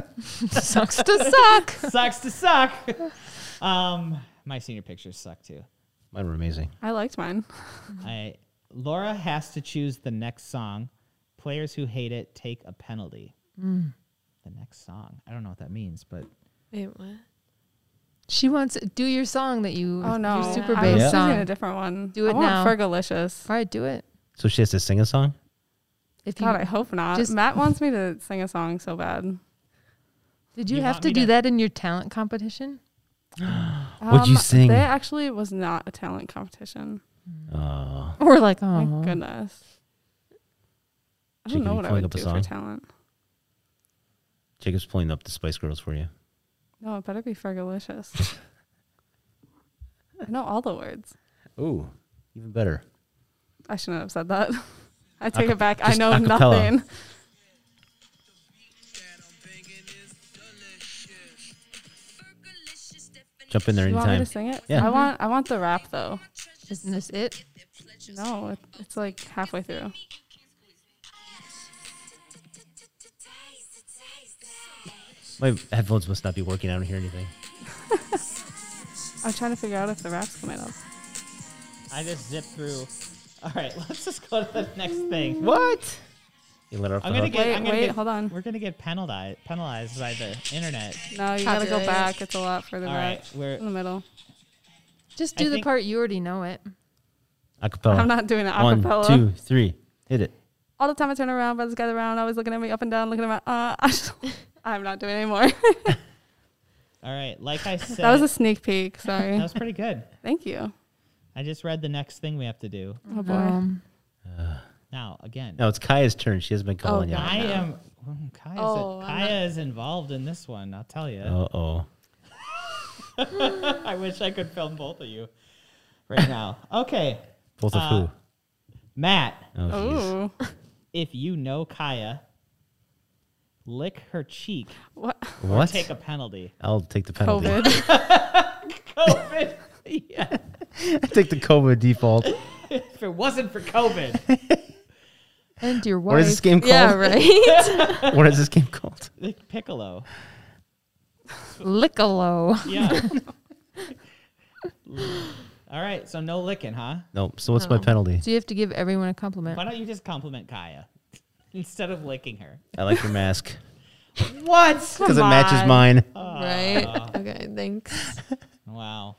[SPEAKER 3] Sucks to suck.
[SPEAKER 1] sucks to suck. Um, my senior pictures suck too.
[SPEAKER 2] Mine were amazing.
[SPEAKER 4] I liked mine. Mm-hmm.
[SPEAKER 1] I Laura has to choose the next song. Players who hate it take a penalty.
[SPEAKER 4] Mm.
[SPEAKER 1] The next song. I don't know what that means, but
[SPEAKER 5] Wait, what?
[SPEAKER 3] She wants do your song that you.
[SPEAKER 4] Oh no.
[SPEAKER 3] Your super
[SPEAKER 5] I
[SPEAKER 4] I was
[SPEAKER 3] bass
[SPEAKER 2] Yeah.
[SPEAKER 4] thinking
[SPEAKER 3] song.
[SPEAKER 4] a different one.
[SPEAKER 3] Do
[SPEAKER 4] I
[SPEAKER 3] it
[SPEAKER 4] want
[SPEAKER 3] now.
[SPEAKER 4] Fergalicious.
[SPEAKER 3] All right, do it.
[SPEAKER 2] So she has to sing a song.
[SPEAKER 3] If you
[SPEAKER 4] God, I hope not.
[SPEAKER 3] Just-
[SPEAKER 4] Matt wants me to sing a song so bad.
[SPEAKER 3] did, you,
[SPEAKER 1] You
[SPEAKER 3] have
[SPEAKER 1] want
[SPEAKER 3] to
[SPEAKER 1] me
[SPEAKER 3] do
[SPEAKER 1] to-
[SPEAKER 3] that in your talent competition.
[SPEAKER 2] What'd you sing?
[SPEAKER 4] They Um, actually was not a talent competition.
[SPEAKER 2] Uh,
[SPEAKER 3] Or like,
[SPEAKER 4] Thank
[SPEAKER 3] oh,
[SPEAKER 4] goodness. I
[SPEAKER 2] Chicken,
[SPEAKER 4] don't know
[SPEAKER 2] you
[SPEAKER 4] what I
[SPEAKER 2] pulling
[SPEAKER 4] would
[SPEAKER 2] up a
[SPEAKER 4] do
[SPEAKER 2] song?
[SPEAKER 4] for talent.
[SPEAKER 2] Jacob's pulling up the Spice Girls for you.
[SPEAKER 4] No, it better be Fergalicious. I know all the words.
[SPEAKER 2] Ooh, even better.
[SPEAKER 4] I shouldn't have said that. I take
[SPEAKER 2] Aca-
[SPEAKER 4] it back. I
[SPEAKER 2] just
[SPEAKER 4] know
[SPEAKER 2] acapella.
[SPEAKER 4] nothing.
[SPEAKER 2] Jump in there
[SPEAKER 4] You want me
[SPEAKER 2] anytime.
[SPEAKER 4] to sing it?
[SPEAKER 2] Yeah.
[SPEAKER 4] I want. I want the rap though.
[SPEAKER 3] Isn't this it?
[SPEAKER 4] No, it, it's like halfway through.
[SPEAKER 2] My headphones must not be working. I don't hear anything.
[SPEAKER 4] I'm trying to figure out if the rap's coming up.
[SPEAKER 1] I just zipped through. All right, let's just go to the next thing.
[SPEAKER 2] What? You let her off
[SPEAKER 1] I'm
[SPEAKER 2] the
[SPEAKER 1] gonna
[SPEAKER 2] hook?
[SPEAKER 1] Okay,
[SPEAKER 4] Wait,
[SPEAKER 1] I'm gonna
[SPEAKER 4] wait,
[SPEAKER 1] get-
[SPEAKER 4] hold on.
[SPEAKER 1] We're gonna get penalized penalized by the internet.
[SPEAKER 4] No, you gotta go
[SPEAKER 5] Copyrighted.
[SPEAKER 4] back. It's a lot further
[SPEAKER 1] All
[SPEAKER 4] back.
[SPEAKER 1] right, we're
[SPEAKER 4] In the middle.
[SPEAKER 3] Just
[SPEAKER 1] I
[SPEAKER 3] do the
[SPEAKER 1] think-
[SPEAKER 3] part you already know it.
[SPEAKER 2] Acapella.
[SPEAKER 4] I'm not doing it
[SPEAKER 2] Uh, One,
[SPEAKER 4] acapella.
[SPEAKER 2] two, three. Hit it.
[SPEAKER 4] All the time I turn around, brothers gather around, always looking at me up and down, looking at my. Uh, I just, I'm not doing it anymore.
[SPEAKER 1] all right. Like I said,
[SPEAKER 4] that was a sneak peek.
[SPEAKER 1] that
[SPEAKER 4] Sorry.
[SPEAKER 1] was pretty good.
[SPEAKER 4] Thank you.
[SPEAKER 1] I just read the next thing we have to do.
[SPEAKER 4] Oh boy.
[SPEAKER 3] Um,
[SPEAKER 1] Now again,
[SPEAKER 2] No, it's Kaya's turn. She hasn't been calling yet.
[SPEAKER 1] I am. mm, Kaya's,
[SPEAKER 5] Oh, I'm
[SPEAKER 1] Kaya is involved in this one. I'll tell you.
[SPEAKER 2] Uh oh.
[SPEAKER 1] I wish I could film both of you right now. Okay,
[SPEAKER 2] Both of
[SPEAKER 1] Uh, Matt,
[SPEAKER 2] who? Oh, jeez.
[SPEAKER 4] Ooh.
[SPEAKER 1] if you know Kaya, lick her cheek
[SPEAKER 4] What?
[SPEAKER 1] or
[SPEAKER 2] What?
[SPEAKER 1] take a penalty.
[SPEAKER 2] I'll take the penalty.
[SPEAKER 4] COVID.
[SPEAKER 1] COVID. yeah.
[SPEAKER 2] take the COVID default.
[SPEAKER 1] If it wasn't for COVID,
[SPEAKER 3] and your wife.
[SPEAKER 2] What is this game called?
[SPEAKER 5] Yeah, right.
[SPEAKER 2] What is this game called?
[SPEAKER 1] lick Piccolo.
[SPEAKER 3] Lickalo.
[SPEAKER 1] Yeah. All right, so no licking, huh?
[SPEAKER 2] Nope. So what's my
[SPEAKER 5] No.
[SPEAKER 2] penalty?
[SPEAKER 3] So you have to give everyone a compliment.
[SPEAKER 1] Why don't you just compliment Kaya instead of licking her?
[SPEAKER 2] I like your mask
[SPEAKER 1] What?
[SPEAKER 2] because it
[SPEAKER 4] Come
[SPEAKER 2] matches
[SPEAKER 4] on.
[SPEAKER 2] mine. Ah.
[SPEAKER 5] right. Okay, thanks.
[SPEAKER 1] Wow.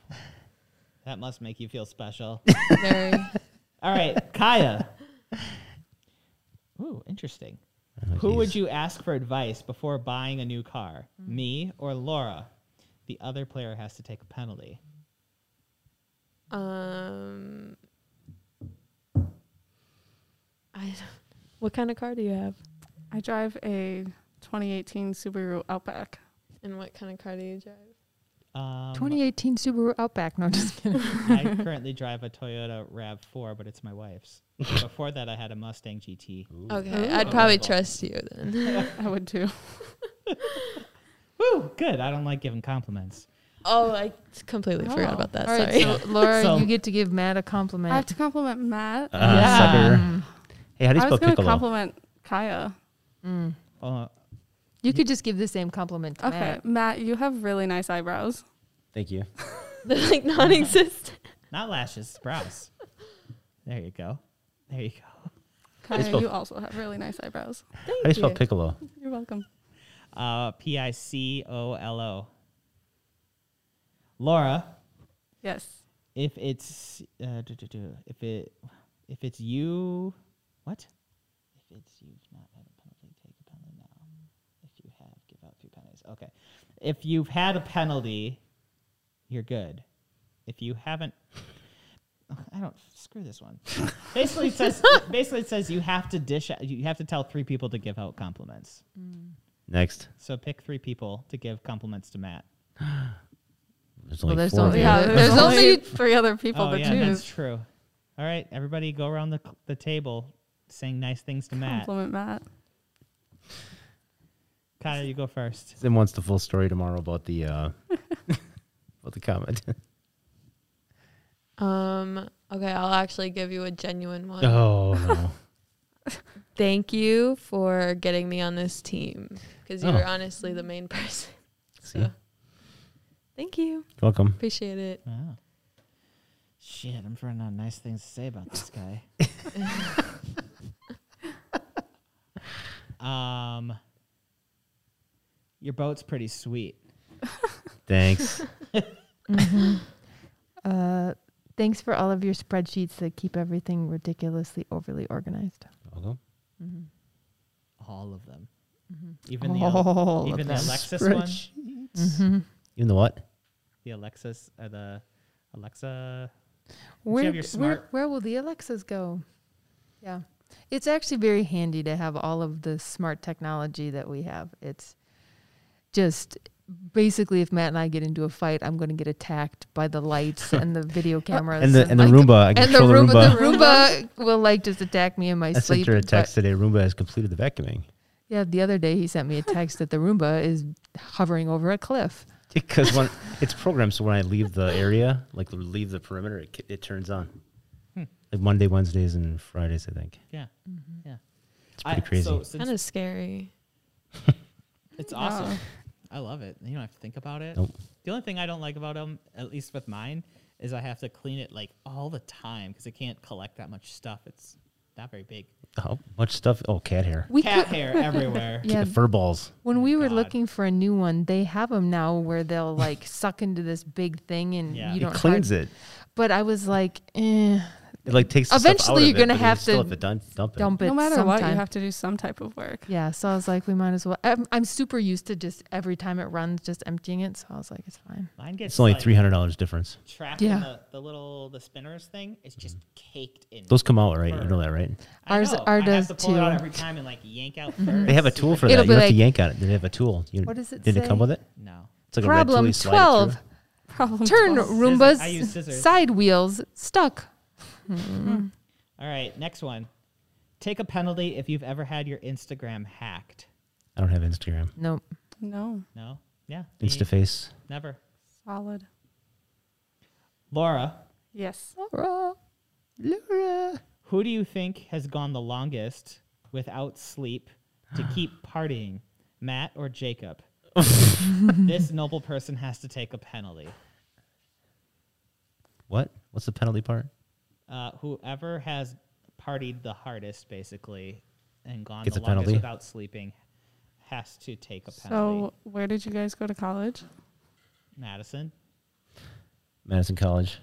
[SPEAKER 1] That must make you feel special.
[SPEAKER 5] Very.
[SPEAKER 1] All right, Kaya. Ooh, interesting.
[SPEAKER 2] Oh,
[SPEAKER 1] Who would
[SPEAKER 2] jeez.
[SPEAKER 1] you ask for advice before buying a new car? Me or Laura? The other player has to take a penalty.
[SPEAKER 5] Um, I don't. What kind of car do you have?
[SPEAKER 4] I drive a 2018 Subaru Outback.
[SPEAKER 5] And what kind of car do you drive?
[SPEAKER 1] Um,
[SPEAKER 3] 2018 Subaru Outback. No, just kidding.
[SPEAKER 1] I currently drive a Toyota RAV4, but it's my wife's. Before that, I had a Mustang GT.
[SPEAKER 5] Okay, I'd probably
[SPEAKER 2] Oh.
[SPEAKER 5] trust you then.
[SPEAKER 4] I would too.
[SPEAKER 1] Woo, good. I don't like giving compliments.
[SPEAKER 5] oh, I completely forgot
[SPEAKER 4] Oh.
[SPEAKER 5] about that.
[SPEAKER 3] All right,
[SPEAKER 5] Sorry.
[SPEAKER 3] so Laura,
[SPEAKER 1] So-
[SPEAKER 3] you get to give Matt a
[SPEAKER 4] I have
[SPEAKER 3] compliment.
[SPEAKER 4] to compliment Matt.
[SPEAKER 2] Ah,
[SPEAKER 1] Yeah.
[SPEAKER 2] sucker. Hey, how do you
[SPEAKER 4] I
[SPEAKER 2] spell
[SPEAKER 4] was gonna
[SPEAKER 2] piccolo?
[SPEAKER 4] compliment Kaya.
[SPEAKER 1] Uh,
[SPEAKER 3] You could just give the same compliment to
[SPEAKER 4] Okay,
[SPEAKER 3] Matt.
[SPEAKER 4] Matt. you have really nice eyebrows.
[SPEAKER 2] Thank you.
[SPEAKER 5] They're like non-existent.
[SPEAKER 1] not lashes, brows. There you go. There you go.
[SPEAKER 4] Kaya,
[SPEAKER 2] spelled-
[SPEAKER 4] you also have really nice eyebrows.
[SPEAKER 2] How do you spell
[SPEAKER 5] you.
[SPEAKER 2] piccolo?
[SPEAKER 4] You're welcome.
[SPEAKER 1] Uh, P I C O L O. Laura,
[SPEAKER 4] Yes.
[SPEAKER 1] if it's uh, duh, duh, duh, if it if it's you, what? If it's you've not had a penalty, take a penalty now. If you have, give out a few penalties. Okay. If you've had a penalty, you're good. If you haven't, I don't screw this one. basically, it says basically it says you have to dish out, you have to tell three people to give out compliments.
[SPEAKER 2] Next.
[SPEAKER 1] So pick three people to give compliments to Matt.
[SPEAKER 2] There's only
[SPEAKER 3] there's
[SPEAKER 2] four of
[SPEAKER 3] only-
[SPEAKER 2] you.
[SPEAKER 3] Yeah, there's only-
[SPEAKER 4] three other people
[SPEAKER 1] oh
[SPEAKER 4] to
[SPEAKER 1] yeah, that's
[SPEAKER 4] choose.
[SPEAKER 1] true. All right, everybody, go around the c- the table saying nice things to Matt.
[SPEAKER 4] Compliment Matt.
[SPEAKER 1] Kyle, you go first.
[SPEAKER 2] Then wants the full story tomorrow about the uh, about the comment.
[SPEAKER 5] Um. Okay, I'll actually give you a genuine one.
[SPEAKER 2] oh no.
[SPEAKER 5] Thank you for getting me on this team because you
[SPEAKER 2] Oh.
[SPEAKER 5] were honestly the main person.
[SPEAKER 2] See?
[SPEAKER 5] So, thank you.
[SPEAKER 2] Welcome.
[SPEAKER 5] Appreciate it.
[SPEAKER 1] Wow. Oh. Shit, I'm running out of nice things to say about this guy. um, your boat's pretty sweet.
[SPEAKER 2] Thanks.
[SPEAKER 3] Mm-hmm. Uh, thanks for all of your spreadsheets that keep everything ridiculously overly organized.
[SPEAKER 2] Welcome.
[SPEAKER 1] All of them, even the Al-
[SPEAKER 3] All
[SPEAKER 1] Mm-hmm. even
[SPEAKER 3] of
[SPEAKER 1] the
[SPEAKER 3] them.
[SPEAKER 1] Alexis one,
[SPEAKER 3] Mm-hmm.
[SPEAKER 2] Even the what?
[SPEAKER 1] the Alexis, uh, the Alexa. you
[SPEAKER 3] Where,
[SPEAKER 1] have your
[SPEAKER 3] where,
[SPEAKER 1] smart-
[SPEAKER 3] where will the Alexas go? Yeah. It's actually very handy to have all of the smart technology that we have. It's just basically, if Matt and I get into a fight, I'm going to get attacked by the lights and the video cameras
[SPEAKER 2] And the and the Roomba, I
[SPEAKER 3] and the
[SPEAKER 2] control the Roomba.
[SPEAKER 3] Roomba, the Roomba will like just attack me in my
[SPEAKER 2] I sent
[SPEAKER 3] sleep.
[SPEAKER 2] her a
[SPEAKER 3] but-
[SPEAKER 2] text today. Roomba has completed the vacuuming
[SPEAKER 3] yeah, the other day he sent me a text that the Roomba is hovering over a cliff.
[SPEAKER 2] because when it's programmed, so when I leave the area, like leave the perimeter, it ki- it turns on.
[SPEAKER 1] Hmm.
[SPEAKER 2] Like Monday, Wednesdays, and Fridays, I think.
[SPEAKER 1] Yeah.
[SPEAKER 3] Mm-hmm.
[SPEAKER 1] Yeah.
[SPEAKER 2] It's pretty crazy.
[SPEAKER 1] So since
[SPEAKER 5] Kind of scary.
[SPEAKER 1] It's awesome. I love it. You don't have to think about it.
[SPEAKER 2] Nope.
[SPEAKER 1] The only thing I don't like about them, at least with mine, is I have to clean it like all the time because it can't collect that much stuff. It's not very big.
[SPEAKER 2] How much stuff? Oh, cat hair,
[SPEAKER 3] We
[SPEAKER 1] Cat
[SPEAKER 3] could-
[SPEAKER 1] hair everywhere.
[SPEAKER 3] Yeah,
[SPEAKER 2] fur balls.
[SPEAKER 3] when we were
[SPEAKER 1] God.
[SPEAKER 3] looking for a new one, they have them now where they'll like suck into this big thing and
[SPEAKER 1] Yeah.
[SPEAKER 3] you
[SPEAKER 1] It
[SPEAKER 3] don't.
[SPEAKER 2] It cleans it.
[SPEAKER 3] But I was like, eh,
[SPEAKER 2] It like takes. the stuff out
[SPEAKER 3] Eventually
[SPEAKER 2] of
[SPEAKER 3] you're
[SPEAKER 2] it,
[SPEAKER 3] gonna
[SPEAKER 2] but then
[SPEAKER 3] have
[SPEAKER 2] you still
[SPEAKER 3] to
[SPEAKER 2] have to dump, dump it.
[SPEAKER 3] dump it.
[SPEAKER 4] no matter what, you
[SPEAKER 3] sometime.
[SPEAKER 4] have to do some type of work.
[SPEAKER 3] Yeah, so I was like, we might as well. I'm, I'm super used to just every time it runs, just emptying it. So I was like, it's fine.
[SPEAKER 1] Mine gets
[SPEAKER 2] It's only
[SPEAKER 1] like,
[SPEAKER 2] three hundred dollars difference.
[SPEAKER 1] trapped
[SPEAKER 3] Yeah.
[SPEAKER 1] in the, the little the spinners thing. It's just caked in.
[SPEAKER 2] Mm-hmm. Those come out right.
[SPEAKER 1] Fur.
[SPEAKER 2] You know that, right?
[SPEAKER 1] I
[SPEAKER 3] Ours-
[SPEAKER 1] know.
[SPEAKER 3] ours
[SPEAKER 1] I have
[SPEAKER 3] does
[SPEAKER 1] to pull it out
[SPEAKER 3] too. Mm-hmm.
[SPEAKER 1] every time and like yank out. fur.
[SPEAKER 2] They have a
[SPEAKER 1] It's
[SPEAKER 2] tool
[SPEAKER 1] super-
[SPEAKER 2] for that.
[SPEAKER 3] It'll
[SPEAKER 2] You
[SPEAKER 3] be
[SPEAKER 2] have to
[SPEAKER 3] like-
[SPEAKER 2] yank on it. They have a tool. You,
[SPEAKER 3] What does it
[SPEAKER 2] Did it come
[SPEAKER 3] say?
[SPEAKER 2] with it?
[SPEAKER 1] No.
[SPEAKER 2] It's like a red tool.
[SPEAKER 3] Problem
[SPEAKER 2] You slide it through.
[SPEAKER 3] 12.
[SPEAKER 4] Problem
[SPEAKER 3] Turn
[SPEAKER 4] twelve.
[SPEAKER 1] I use
[SPEAKER 3] Roomba's
[SPEAKER 1] scissors.
[SPEAKER 3] side wheels stuck.
[SPEAKER 1] All right, next one. Take a penalty if you've ever had your Instagram hacked.
[SPEAKER 2] I don't have Instagram.
[SPEAKER 3] Nope.
[SPEAKER 4] No,
[SPEAKER 1] No. Yeah. me,
[SPEAKER 2] Instaface.
[SPEAKER 1] Never.
[SPEAKER 4] solid.
[SPEAKER 1] Laura,
[SPEAKER 4] Yes.
[SPEAKER 3] Laura. Laura.
[SPEAKER 1] Who do you think has gone the longest without sleep to keep partying, Matt or Jacob? this noble person has to take a penalty.
[SPEAKER 2] What? What's the penalty part?
[SPEAKER 1] Uh, whoever has partied the hardest, basically, and gone
[SPEAKER 2] Gets
[SPEAKER 1] the
[SPEAKER 2] a
[SPEAKER 1] longest
[SPEAKER 2] penalty?
[SPEAKER 1] without sleeping, has to take a penalty.
[SPEAKER 4] So, where did you guys go to college?
[SPEAKER 1] Madison,
[SPEAKER 2] Madison College.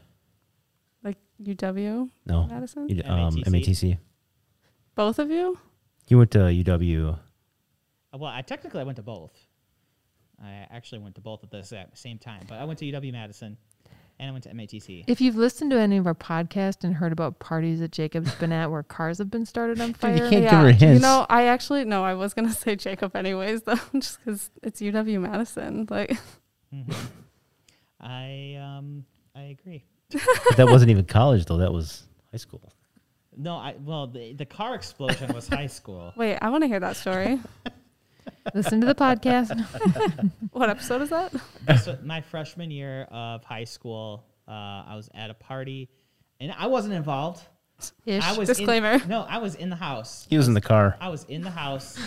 [SPEAKER 4] Like UW,
[SPEAKER 2] No.
[SPEAKER 4] Madison?
[SPEAKER 2] You, um,
[SPEAKER 1] MATC.
[SPEAKER 2] MATC.
[SPEAKER 4] Both of you?
[SPEAKER 2] You went to UW.
[SPEAKER 1] Uh, well, I technically I went to both. I actually went to both at the sa- same time, but I went to UW Madison, and I went to MATC.
[SPEAKER 3] If you've listened to any of our podcasts and heard about parties that Jacob's been at where cars have been started on fire,
[SPEAKER 2] you can't give her hints.
[SPEAKER 4] Uh, You know, I actually no, I was gonna say Jacob anyways though, just because it's UW Madison. Like,
[SPEAKER 1] Mhm. I um I agree.
[SPEAKER 2] But that wasn't even college though. That was high school.
[SPEAKER 1] No, I well the, the car explosion was high school.
[SPEAKER 4] wait, I want to hear that story.
[SPEAKER 3] listen to the podcast.
[SPEAKER 4] what episode is that? Oh
[SPEAKER 1] This was my freshman year of high school, uh, I was at a party, and I wasn't involved.
[SPEAKER 3] Ish.
[SPEAKER 1] I was
[SPEAKER 4] Disclaimer.
[SPEAKER 1] In, no, I was in the house.
[SPEAKER 2] He was in the car.
[SPEAKER 1] I was in the house,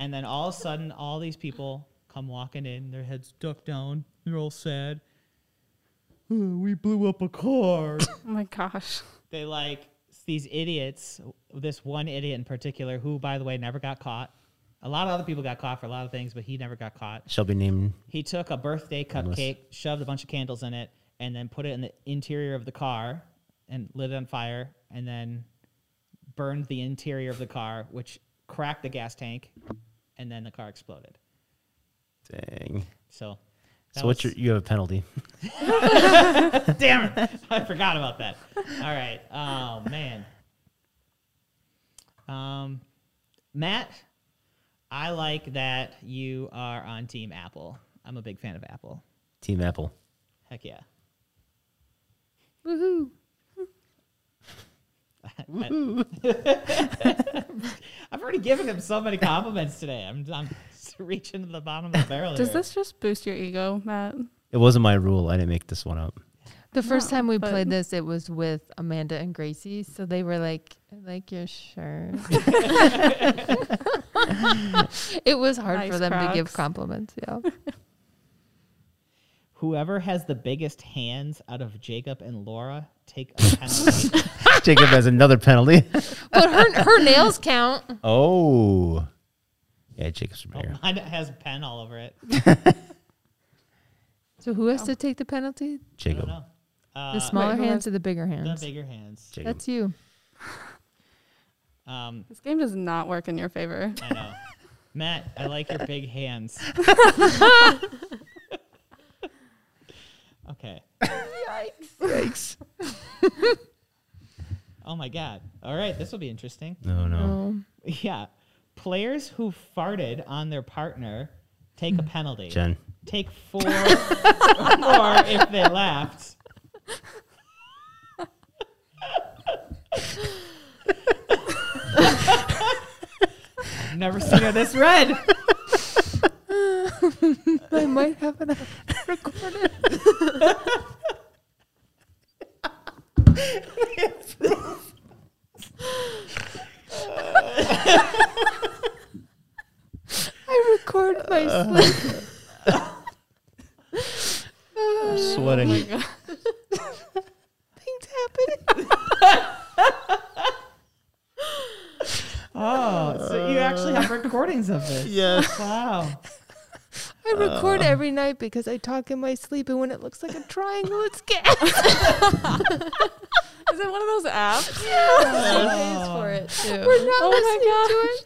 [SPEAKER 1] and then all of a sudden, all these people come walking in, their heads ducked down, they're all sad. "Uh, we blew up a car.
[SPEAKER 4] Oh my gosh.
[SPEAKER 1] they like these idiots. This one idiot in particular, who by the way never got caught. A lot of other people got caught for a lot of things, but he never got caught.
[SPEAKER 2] Shall be named.
[SPEAKER 1] He took a birthday cupcake, shoved a bunch of candles in it, and then put it in the interior of the car and lit it on fire, and then burned the interior of the car, which cracked the gas tank, and then the car exploded.
[SPEAKER 2] Dang.
[SPEAKER 1] So, that
[SPEAKER 2] So what's your?
[SPEAKER 1] was-
[SPEAKER 2] You have a penalty.
[SPEAKER 1] Damn it! I forgot about that. All right. Oh man. Um, Matt, I like that you are on Team Apple. I'm a big fan of Apple.
[SPEAKER 2] Team Apple.
[SPEAKER 1] Heck yeah.
[SPEAKER 3] Woohoo.
[SPEAKER 1] I've already given him so many compliments today. I'm, I'm reaching to the bottom of the barrel.
[SPEAKER 4] Does
[SPEAKER 1] here.
[SPEAKER 4] this just boost your ego, Matt?
[SPEAKER 2] It wasn't my rule. I didn't make this one up.
[SPEAKER 3] The first
[SPEAKER 4] No,
[SPEAKER 3] time we
[SPEAKER 4] but-
[SPEAKER 3] played this, it was with Amanda and Gracie. So they were like, I like your shirt. it was hard for
[SPEAKER 4] Nice
[SPEAKER 3] them to give
[SPEAKER 4] Crocs.
[SPEAKER 3] compliments. Yeah.
[SPEAKER 1] Whoever has the biggest hands out of Jacob and Laura take a penalty.
[SPEAKER 2] Jacob has another penalty.
[SPEAKER 3] But her, her nails count.
[SPEAKER 2] Oh. Yeah, Jacob's from
[SPEAKER 1] oh,
[SPEAKER 2] here.
[SPEAKER 1] mine has pen all over it.
[SPEAKER 3] So who has to take the penalty?
[SPEAKER 1] I don't
[SPEAKER 2] Jacob.
[SPEAKER 1] know. Uh,
[SPEAKER 3] The smaller
[SPEAKER 4] who
[SPEAKER 3] hands
[SPEAKER 4] has-
[SPEAKER 3] or the bigger
[SPEAKER 1] the
[SPEAKER 3] hands?
[SPEAKER 1] bigger hands.
[SPEAKER 2] Jacob.
[SPEAKER 3] That's you.
[SPEAKER 1] Um,
[SPEAKER 4] This game does not work in your favor.
[SPEAKER 1] I know. Matt, I like your big hands. okay.
[SPEAKER 2] Yikes.
[SPEAKER 1] Oh my god. All right, this will be interesting.
[SPEAKER 2] No, no.
[SPEAKER 3] No.
[SPEAKER 1] Yeah. Players who farted on their partner take a penalty.
[SPEAKER 2] Jen.
[SPEAKER 1] take four more if they laughed. Never seen her this red.
[SPEAKER 3] I might have
[SPEAKER 4] Oh
[SPEAKER 3] it recorded. I record my sleep.
[SPEAKER 2] I'm sweating.
[SPEAKER 3] Things happen.
[SPEAKER 1] Oh, so you actually have recordings of this.
[SPEAKER 2] yes.
[SPEAKER 1] Wow.
[SPEAKER 3] I record every night because I talk in my sleep, and when it looks like a triangle, it's gas.
[SPEAKER 4] Is it one of those apps?
[SPEAKER 5] pays for it
[SPEAKER 3] We're
[SPEAKER 5] too.
[SPEAKER 3] not listening to it.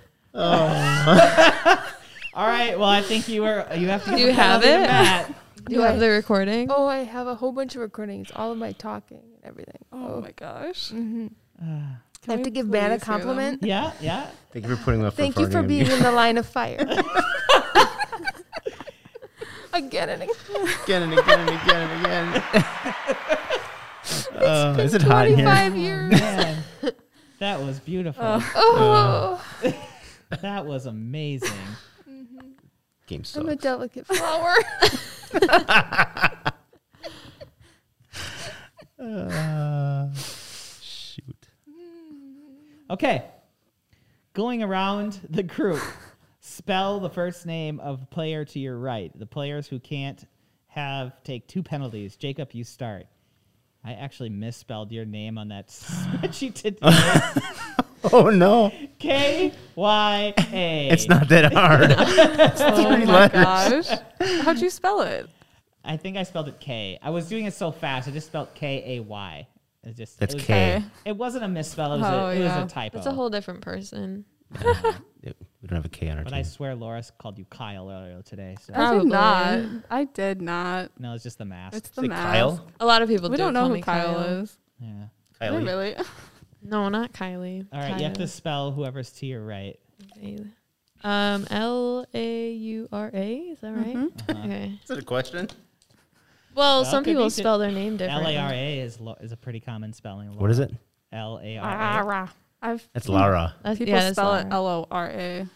[SPEAKER 1] All right. Well, I think you were. You have to. give
[SPEAKER 5] Do you
[SPEAKER 1] a penalty
[SPEAKER 5] have
[SPEAKER 1] to
[SPEAKER 5] it?
[SPEAKER 1] Matt.
[SPEAKER 5] Do you have the recording?
[SPEAKER 3] Oh, I have a whole bunch of recordings, all of my talking and everything.
[SPEAKER 4] Oh my gosh.
[SPEAKER 3] hmm
[SPEAKER 1] Uh,
[SPEAKER 3] I have
[SPEAKER 5] we
[SPEAKER 3] to give
[SPEAKER 5] please
[SPEAKER 3] man
[SPEAKER 5] hear
[SPEAKER 3] a
[SPEAKER 5] them?
[SPEAKER 3] compliment.
[SPEAKER 1] yeah. Yeah.
[SPEAKER 2] Thank you for putting that.
[SPEAKER 3] Thank you for being in the line of fire. again and again.
[SPEAKER 2] again and again and again and again. Oh, is it hot in here?
[SPEAKER 3] 25 years.
[SPEAKER 1] Oh, Man, that was beautiful.
[SPEAKER 3] Oh,
[SPEAKER 1] That was amazing.
[SPEAKER 2] Game
[SPEAKER 3] I'm a
[SPEAKER 2] sucks.
[SPEAKER 3] delicate flower.
[SPEAKER 2] Uh, shoot.
[SPEAKER 1] Okay. Going around the group, spell the first name of player to your right. The players who can't have take two penalties. Jacob, you start. I actually misspelled your name on that spreadsheet today.
[SPEAKER 2] Oh no,
[SPEAKER 1] K Y A.
[SPEAKER 2] it's not that hard.
[SPEAKER 4] Oh
[SPEAKER 2] Three
[SPEAKER 4] my
[SPEAKER 2] letters.
[SPEAKER 4] gosh. How'd you spell it?
[SPEAKER 1] I think I spelled it K. I was doing it so fast. I just spelled K A Y. It just
[SPEAKER 2] That's
[SPEAKER 1] it was,
[SPEAKER 2] K.
[SPEAKER 4] Okay.
[SPEAKER 1] It wasn't a misspell. It was,
[SPEAKER 4] Oh,
[SPEAKER 1] a, it
[SPEAKER 4] yeah.
[SPEAKER 1] was a typo.
[SPEAKER 5] It's a whole different person.
[SPEAKER 2] It- we don't have a K on our
[SPEAKER 1] but
[SPEAKER 2] team.
[SPEAKER 1] I swear, Laura called you Kyle earlier today. So
[SPEAKER 4] I did
[SPEAKER 5] Probably.
[SPEAKER 4] not. I did not.
[SPEAKER 1] no, it's just the mask.
[SPEAKER 4] It's the
[SPEAKER 2] Say
[SPEAKER 4] mask.
[SPEAKER 2] Kyle.
[SPEAKER 5] A lot of people
[SPEAKER 4] We
[SPEAKER 5] do
[SPEAKER 4] don't
[SPEAKER 5] call
[SPEAKER 4] know who
[SPEAKER 5] me
[SPEAKER 4] Kyle, is.
[SPEAKER 1] yeah.
[SPEAKER 4] Is it
[SPEAKER 2] Kylie.
[SPEAKER 4] Really?
[SPEAKER 5] No, not Kylie.
[SPEAKER 1] All right, you have to
[SPEAKER 5] Kyle.
[SPEAKER 1] spell whoever's to your right.
[SPEAKER 5] Um, L A U R A. Is that right?
[SPEAKER 4] Mm-hmm.
[SPEAKER 5] Okay.
[SPEAKER 2] Is that a question?
[SPEAKER 5] Well,
[SPEAKER 1] Uh-huh. Well,
[SPEAKER 5] some
[SPEAKER 1] could be
[SPEAKER 5] people
[SPEAKER 1] si-
[SPEAKER 5] spell their name
[SPEAKER 1] L
[SPEAKER 5] differently.
[SPEAKER 1] A R A is lo- is a pretty common spelling.
[SPEAKER 2] What is it?
[SPEAKER 1] L A
[SPEAKER 4] Ah,
[SPEAKER 1] R A.
[SPEAKER 4] I've
[SPEAKER 2] That's Lara.
[SPEAKER 5] That's-
[SPEAKER 4] people
[SPEAKER 5] yeah, that's
[SPEAKER 4] spell it
[SPEAKER 5] Laura.
[SPEAKER 4] L O R A.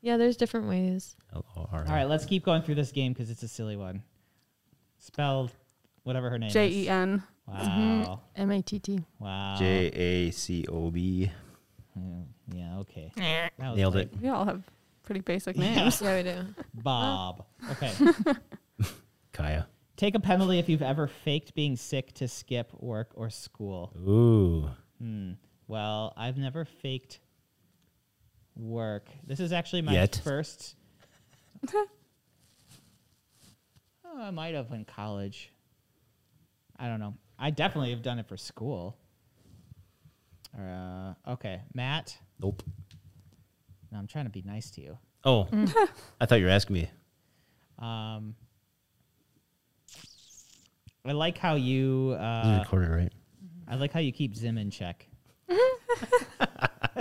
[SPEAKER 5] Yeah, there's different ways.
[SPEAKER 2] L O R A.
[SPEAKER 1] All right, let's keep going through this game because it's a silly one. Spelled whatever her name
[SPEAKER 4] J
[SPEAKER 1] is.
[SPEAKER 4] E Mm-hmm. N.
[SPEAKER 1] Wow.
[SPEAKER 3] M A T T.
[SPEAKER 1] Wow.
[SPEAKER 2] J A C O B.
[SPEAKER 1] Mm, Yeah. Okay. That was
[SPEAKER 2] Nailed
[SPEAKER 1] like
[SPEAKER 2] it.
[SPEAKER 4] We all have pretty basic
[SPEAKER 1] Yeah.
[SPEAKER 4] names.
[SPEAKER 5] Yeah, we do.
[SPEAKER 1] Bob. Okay.
[SPEAKER 2] Kaya.
[SPEAKER 1] Take a penalty if you've ever faked being sick to skip work or school.
[SPEAKER 2] Ooh.
[SPEAKER 1] Hmm. Well, I've never faked work. This is actually my
[SPEAKER 2] Yet.
[SPEAKER 1] first. oh, I might have in college. I don't know. I definitely have done it for school. Uh, okay, Matt.
[SPEAKER 2] Nope.
[SPEAKER 1] No, I'm trying to be nice to you.
[SPEAKER 2] Oh, I thought you were asking me.
[SPEAKER 1] Um, I like how you.
[SPEAKER 2] This is
[SPEAKER 1] Uh,
[SPEAKER 2] recorded, right?
[SPEAKER 1] I like how you keep Zim in check.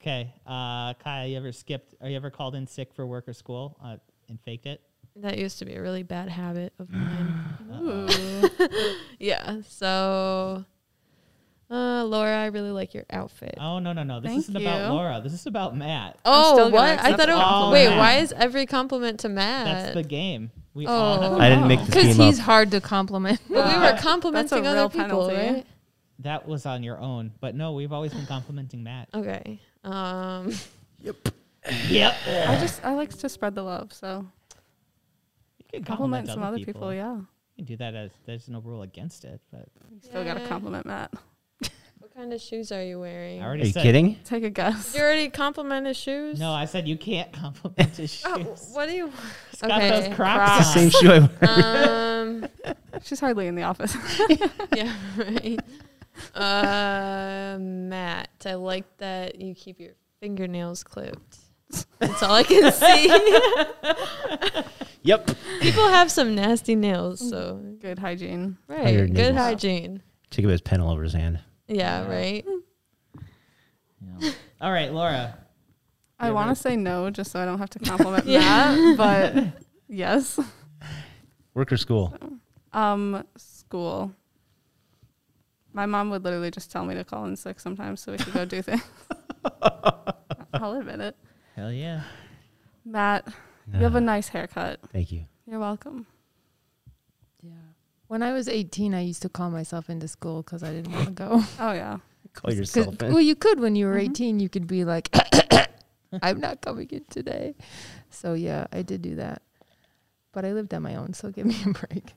[SPEAKER 1] okay, uh, Kaya, you ever skipped? Are you ever called in sick for work or school uh, and faked it?
[SPEAKER 5] That used to be a really bad habit of mine.
[SPEAKER 1] Uh-oh.
[SPEAKER 5] yeah. So, uh, Laura, I really like your outfit.
[SPEAKER 1] Oh no no no! This
[SPEAKER 4] Thank
[SPEAKER 1] isn't about
[SPEAKER 4] you.
[SPEAKER 1] Laura. This is about Matt.
[SPEAKER 4] I'm
[SPEAKER 5] Oh,
[SPEAKER 4] still gonna
[SPEAKER 5] what? I
[SPEAKER 4] accept
[SPEAKER 5] thought it
[SPEAKER 4] the
[SPEAKER 5] was.
[SPEAKER 1] compliment.
[SPEAKER 5] Wait,
[SPEAKER 1] Oh,
[SPEAKER 5] why
[SPEAKER 1] man.
[SPEAKER 5] is every compliment to Matt?
[SPEAKER 1] That's the game. We all have
[SPEAKER 5] Uh, Oh.
[SPEAKER 1] to
[SPEAKER 2] I didn't make
[SPEAKER 1] know.
[SPEAKER 2] this game up.
[SPEAKER 3] hard to compliment.
[SPEAKER 5] but we
[SPEAKER 4] Wow.
[SPEAKER 5] were complimenting
[SPEAKER 4] That's a
[SPEAKER 5] other
[SPEAKER 4] real
[SPEAKER 5] people,
[SPEAKER 4] penalty.
[SPEAKER 5] right?
[SPEAKER 1] That was on your own, but no, we've always been complimenting Matt.
[SPEAKER 5] Okay. Um,
[SPEAKER 1] yep.
[SPEAKER 4] I just I like to spread the love, so
[SPEAKER 1] You can compliment,
[SPEAKER 4] compliment some other people. yeah.
[SPEAKER 1] You can do that as there's no rule against it, but
[SPEAKER 4] You still gotta
[SPEAKER 5] Yeah.
[SPEAKER 4] compliment Matt.
[SPEAKER 5] what kind of shoes are you wearing?
[SPEAKER 1] I already
[SPEAKER 2] Are you
[SPEAKER 1] said
[SPEAKER 2] kidding?
[SPEAKER 4] Take a guess.
[SPEAKER 5] You already complimented shoes.
[SPEAKER 1] No, I said you can't compliment his shoes.
[SPEAKER 5] Oh, what do you?
[SPEAKER 1] He's got those Crocs
[SPEAKER 2] It's the
[SPEAKER 1] on.
[SPEAKER 2] same shoe I wore.
[SPEAKER 5] um.
[SPEAKER 4] She's hardly in the office.
[SPEAKER 5] Yeah. Right. Uh, Matt, I like that you keep your fingernails clipped. That's all I can see.
[SPEAKER 2] Yep.
[SPEAKER 5] People have some nasty nails, so
[SPEAKER 4] Good hygiene.
[SPEAKER 5] right. Good
[SPEAKER 2] nails.
[SPEAKER 5] hygiene.
[SPEAKER 2] Took his pen all over his hand.
[SPEAKER 5] Yeah. Right.
[SPEAKER 1] Yeah. All right, Laura.
[SPEAKER 4] I
[SPEAKER 2] Yeah,
[SPEAKER 4] want
[SPEAKER 2] right.
[SPEAKER 4] to say no, just so I don't have to compliment
[SPEAKER 5] Yeah.
[SPEAKER 4] Matt, but yes.
[SPEAKER 2] Work or school?
[SPEAKER 4] Um, school. My mom would literally just tell me to call in sick sometimes so we could go do things. I'll admit it.
[SPEAKER 1] Hell yeah.
[SPEAKER 4] Matt, you have
[SPEAKER 2] Nah,
[SPEAKER 4] a nice haircut.
[SPEAKER 2] Thank you.
[SPEAKER 4] You're welcome.
[SPEAKER 3] Yeah. When I was 18, I used to call myself into school because I didn't want to go.
[SPEAKER 4] Oh yeah.
[SPEAKER 2] Call
[SPEAKER 3] 'Cause-
[SPEAKER 2] yourself in.
[SPEAKER 3] Well, you could when you were
[SPEAKER 4] Mhm.
[SPEAKER 3] 18, you could be like, I'm not coming in today. So, yeah, I did do that. But I lived on my own, so give me a break.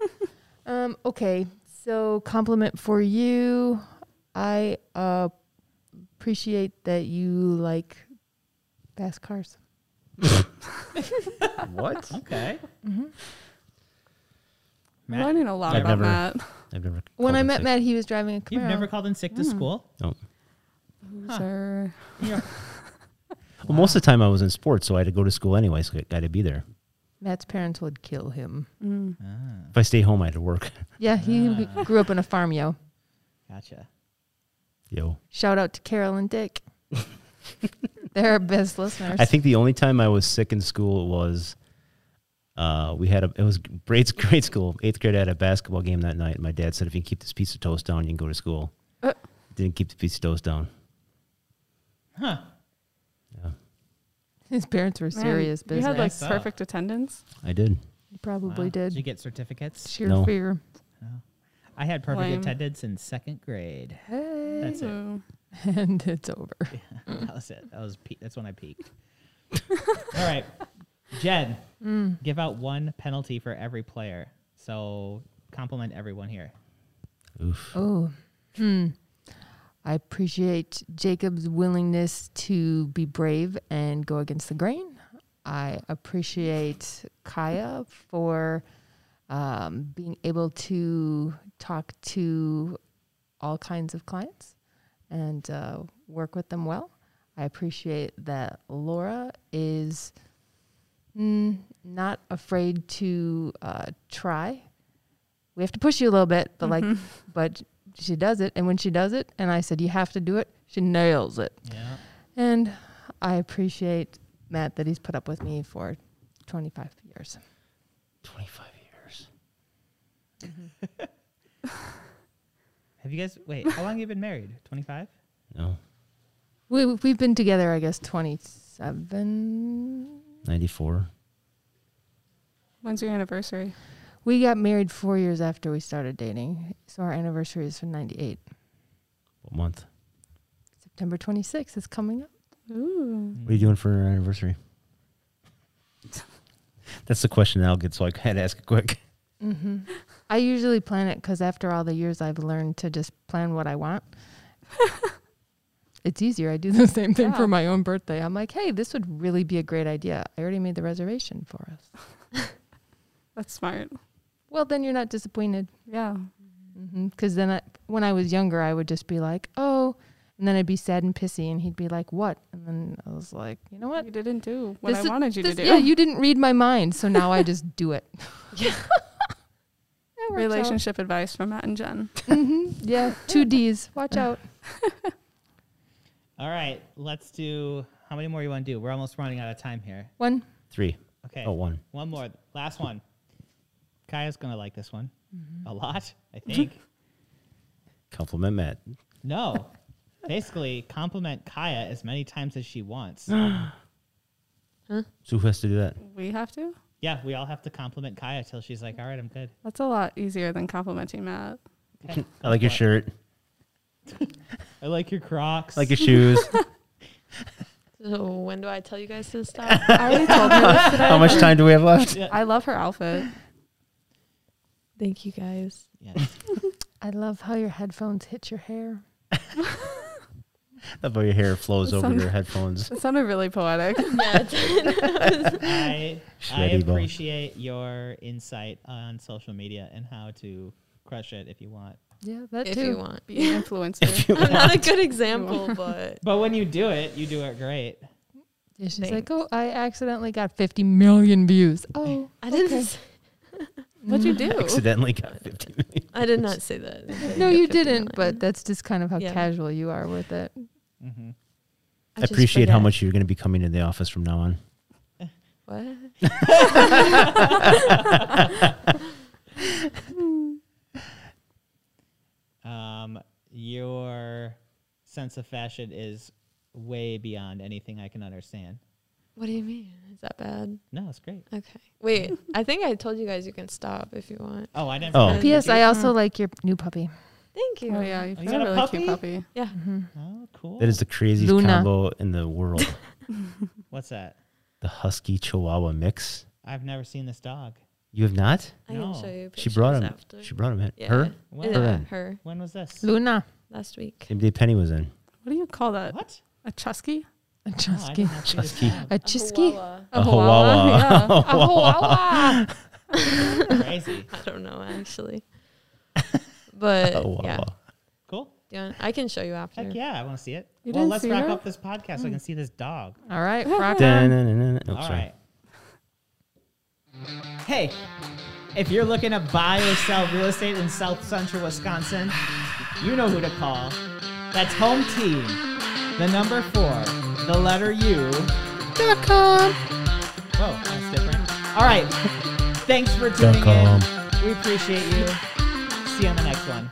[SPEAKER 3] um, okay. So, compliment for you. I uh, appreciate that you like fast cars.
[SPEAKER 2] what?
[SPEAKER 1] Okay.
[SPEAKER 3] Mhm.
[SPEAKER 1] Matt,
[SPEAKER 4] Learning a lot
[SPEAKER 2] I've
[SPEAKER 4] about
[SPEAKER 2] never-
[SPEAKER 4] Matt.
[SPEAKER 2] I've never.
[SPEAKER 3] When
[SPEAKER 2] called
[SPEAKER 3] I
[SPEAKER 2] in
[SPEAKER 3] met
[SPEAKER 2] sick.
[SPEAKER 3] Matt, he was driving a Camaro.
[SPEAKER 1] you've never called in sick to
[SPEAKER 4] Mm.
[SPEAKER 1] school?
[SPEAKER 4] Sir.
[SPEAKER 1] You're-
[SPEAKER 2] Well, most of the time I was in sports, so I had to go to school anyway, so I had to be there.
[SPEAKER 3] Matt's parents would kill him.
[SPEAKER 4] Mm.
[SPEAKER 1] Ah,
[SPEAKER 2] If I stay home, I had to work.
[SPEAKER 3] Yeah, he
[SPEAKER 1] Ah.
[SPEAKER 3] grew up in a farm, yo.
[SPEAKER 1] gotcha.
[SPEAKER 2] Yo.
[SPEAKER 3] Shout out to Carol and Dick. They're our best listeners.
[SPEAKER 2] I think the only time I was sick in school was uh, we had a it was grade grade school eighth grade. I had a basketball game that night, and my dad said, "If you keep this piece of toast down, you can go to school."
[SPEAKER 3] Uh.
[SPEAKER 2] Didn't keep the piece of toast down.
[SPEAKER 1] Huh.
[SPEAKER 3] His parents were
[SPEAKER 4] Man,
[SPEAKER 3] serious
[SPEAKER 4] You
[SPEAKER 3] business.
[SPEAKER 4] had like
[SPEAKER 1] Business.
[SPEAKER 4] perfect attendance.
[SPEAKER 2] I did.
[SPEAKER 3] You probably
[SPEAKER 1] Wow.
[SPEAKER 3] did.
[SPEAKER 1] Did you get certificates?
[SPEAKER 3] Sheer
[SPEAKER 2] No.
[SPEAKER 3] fear.
[SPEAKER 1] No. I had perfect
[SPEAKER 4] Lame.
[SPEAKER 1] attendance in second grade.
[SPEAKER 3] Hey.
[SPEAKER 1] That's it.
[SPEAKER 4] Mm.
[SPEAKER 3] and it's over.
[SPEAKER 1] That was it. That was pe- that's when I peaked. All right, Jen, give out one penalty for every player. So compliment everyone here.
[SPEAKER 2] Oof.
[SPEAKER 3] Oh. Hmm. I appreciate Jacob's willingness to be brave and go against the grain. I appreciate Kaya for um, being able to talk to all kinds of clients and uh, work with them well. I appreciate that Laura is mm, not afraid to uh, try. We have to push you a little bit, but like, but she does it. And when she does it, and I said, You have to do it, she nails it.
[SPEAKER 1] Yeah.
[SPEAKER 3] And I appreciate Matt that he's put up with me for 25 years.
[SPEAKER 2] Twenty five years.
[SPEAKER 1] Have you guys wait? How long have you been married? Twenty five.
[SPEAKER 2] No,
[SPEAKER 3] We, we've been together, I guess, 27.
[SPEAKER 2] ninety four.
[SPEAKER 4] When's your anniversary?
[SPEAKER 3] We got married four years after we started dating. So our anniversary is from 98.
[SPEAKER 2] What month?
[SPEAKER 3] September 26th is coming up.
[SPEAKER 4] Ooh.
[SPEAKER 2] What are you doing for your anniversary? That's the question I'll get, so I had to ask it quick.
[SPEAKER 3] hmm I usually plan it because after all the years I've learned to just plan what I want. it's easier. I do the same thing
[SPEAKER 4] Yeah.
[SPEAKER 3] for my own birthday. I'm like, hey, this would really be a great idea. I already made the reservation for us.
[SPEAKER 4] That's smart.
[SPEAKER 3] Well, then you're not disappointed.
[SPEAKER 4] Yeah.
[SPEAKER 3] Because then I, when I was younger, I would just be like, oh, and then I'd be sad and pissy, and he'd be like, what? And then I was like, you know what?
[SPEAKER 4] You didn't do what
[SPEAKER 3] This
[SPEAKER 4] I
[SPEAKER 3] is-
[SPEAKER 4] wanted you
[SPEAKER 3] This-
[SPEAKER 4] to do.
[SPEAKER 3] yeah, you didn't read my mind, so now I just do it. That works out.
[SPEAKER 4] Relationship advice from Matt and Jen.
[SPEAKER 3] Mhm. Yeah, two D's. Watch out.
[SPEAKER 1] All right, let's do. How many more you want to do? We're almost running out of time here.
[SPEAKER 3] One.
[SPEAKER 2] Three.
[SPEAKER 1] Okay.
[SPEAKER 2] Oh, one.
[SPEAKER 1] One more. Last one. Kaya's gonna like this one a lot, I think.
[SPEAKER 2] Compliment Matt.
[SPEAKER 1] no. Basically, compliment Kaya as many times as she wants.
[SPEAKER 2] So who has to do that?
[SPEAKER 4] We have to?
[SPEAKER 1] yeah, we all have to compliment Kaya till she's like, "All right, I'm good."
[SPEAKER 4] That's a lot easier than complimenting Matt.
[SPEAKER 1] Okay.
[SPEAKER 2] I like your
[SPEAKER 1] What?
[SPEAKER 2] shirt.
[SPEAKER 1] I like your Crocs.
[SPEAKER 2] I like your shoes.
[SPEAKER 5] So when do I tell you guys to stop?
[SPEAKER 4] I already told her this today.
[SPEAKER 2] How much time do we have left?
[SPEAKER 4] I love her outfit.
[SPEAKER 5] Thank you guys.
[SPEAKER 1] Yeah.
[SPEAKER 3] I love how your headphones hit your hair.
[SPEAKER 2] That's why your hair flows over
[SPEAKER 4] Some-
[SPEAKER 2] your headphones.
[SPEAKER 4] It sounded really poetic.
[SPEAKER 1] I, I
[SPEAKER 2] Shreddy bone.
[SPEAKER 1] appreciate your insight on social media and how to crush it if you want.
[SPEAKER 3] Yeah, that
[SPEAKER 5] if
[SPEAKER 3] too.
[SPEAKER 5] you want.
[SPEAKER 4] Be an influencer.
[SPEAKER 5] I'm not a good example, but
[SPEAKER 1] But when you do it, you do it great.
[SPEAKER 3] Yeah, she's like,
[SPEAKER 5] Thanks.
[SPEAKER 3] oh, I accidentally got 50 million views. Oh,
[SPEAKER 5] I didn't.
[SPEAKER 4] What'd you do?
[SPEAKER 2] Accidentally got 50 million.
[SPEAKER 5] I did not say that.
[SPEAKER 3] Mm-hmm. no, you
[SPEAKER 5] 59.
[SPEAKER 3] didn't. But that's just kind of how
[SPEAKER 5] Yeah.
[SPEAKER 3] casual you are with it.
[SPEAKER 1] hmm
[SPEAKER 5] I
[SPEAKER 2] I
[SPEAKER 5] just
[SPEAKER 2] appreciate how
[SPEAKER 5] forget.
[SPEAKER 2] much you're going to be coming to the office from now on.
[SPEAKER 5] What?
[SPEAKER 1] Um, your sense of fashion is way beyond anything I can understand.
[SPEAKER 5] What do you mean? Is that bad?
[SPEAKER 1] No, it's great.
[SPEAKER 5] Okay. Wait, I think I told you guys you can stop if you want.
[SPEAKER 1] Oh, I never.
[SPEAKER 2] Oh.
[SPEAKER 1] heard
[SPEAKER 3] P.S.
[SPEAKER 1] you-
[SPEAKER 3] I also like your new puppy.
[SPEAKER 5] Thank you.
[SPEAKER 4] Oh yeah, you've
[SPEAKER 1] Oh, you
[SPEAKER 4] got a really
[SPEAKER 1] got a
[SPEAKER 4] cute puppy.
[SPEAKER 5] Yeah.
[SPEAKER 1] Oh, cool.
[SPEAKER 2] That is the craziest
[SPEAKER 3] Luna.
[SPEAKER 2] combo in the world.
[SPEAKER 1] What's that?
[SPEAKER 2] the husky chihuahua mix.
[SPEAKER 1] I've never seen this dog.
[SPEAKER 2] You have not?
[SPEAKER 5] I can
[SPEAKER 1] No.
[SPEAKER 5] show you.
[SPEAKER 2] She brought
[SPEAKER 5] pictures
[SPEAKER 2] him.
[SPEAKER 5] After.
[SPEAKER 2] She brought him in.
[SPEAKER 5] yeah.
[SPEAKER 2] Her
[SPEAKER 1] Wow.
[SPEAKER 5] Yeah,
[SPEAKER 2] Her.
[SPEAKER 5] her.
[SPEAKER 1] When was this?
[SPEAKER 3] Luna.
[SPEAKER 5] Last week.
[SPEAKER 2] same day Penny was in.
[SPEAKER 4] What do you call that?
[SPEAKER 1] What?
[SPEAKER 4] A chusky?
[SPEAKER 3] A
[SPEAKER 1] No, Oh, I did
[SPEAKER 3] chusky.
[SPEAKER 1] not see this
[SPEAKER 2] Chusky.
[SPEAKER 1] dog.
[SPEAKER 3] A chisky.
[SPEAKER 5] Chihuahua.
[SPEAKER 2] A Chihuahua.
[SPEAKER 4] Yeah.
[SPEAKER 2] A
[SPEAKER 4] A Chihuahua.
[SPEAKER 1] Crazy.
[SPEAKER 5] I don't know actually. but
[SPEAKER 2] Oh, wow.
[SPEAKER 5] yeah.
[SPEAKER 1] Cool.
[SPEAKER 5] Do you want- I can show you after.
[SPEAKER 1] Heck yeah, I want to see it.
[SPEAKER 4] You
[SPEAKER 1] well,
[SPEAKER 4] didn't
[SPEAKER 1] let's
[SPEAKER 4] see
[SPEAKER 1] wrap
[SPEAKER 4] her? Hmm.
[SPEAKER 1] up this podcast so I can see this dog.
[SPEAKER 3] All right, rock on.
[SPEAKER 2] Dun-dun-dun-dun. Oh,
[SPEAKER 1] All
[SPEAKER 2] sorry.
[SPEAKER 1] right. Hey, if you're looking to buy or sell real estate in South Central Wisconsin, you know who to call. That's Home Team, the number four, the letter U. Dot com. Whoa, that's different. All right. Thanks for tuning
[SPEAKER 2] com.
[SPEAKER 1] in. We appreciate you. See you on the next one.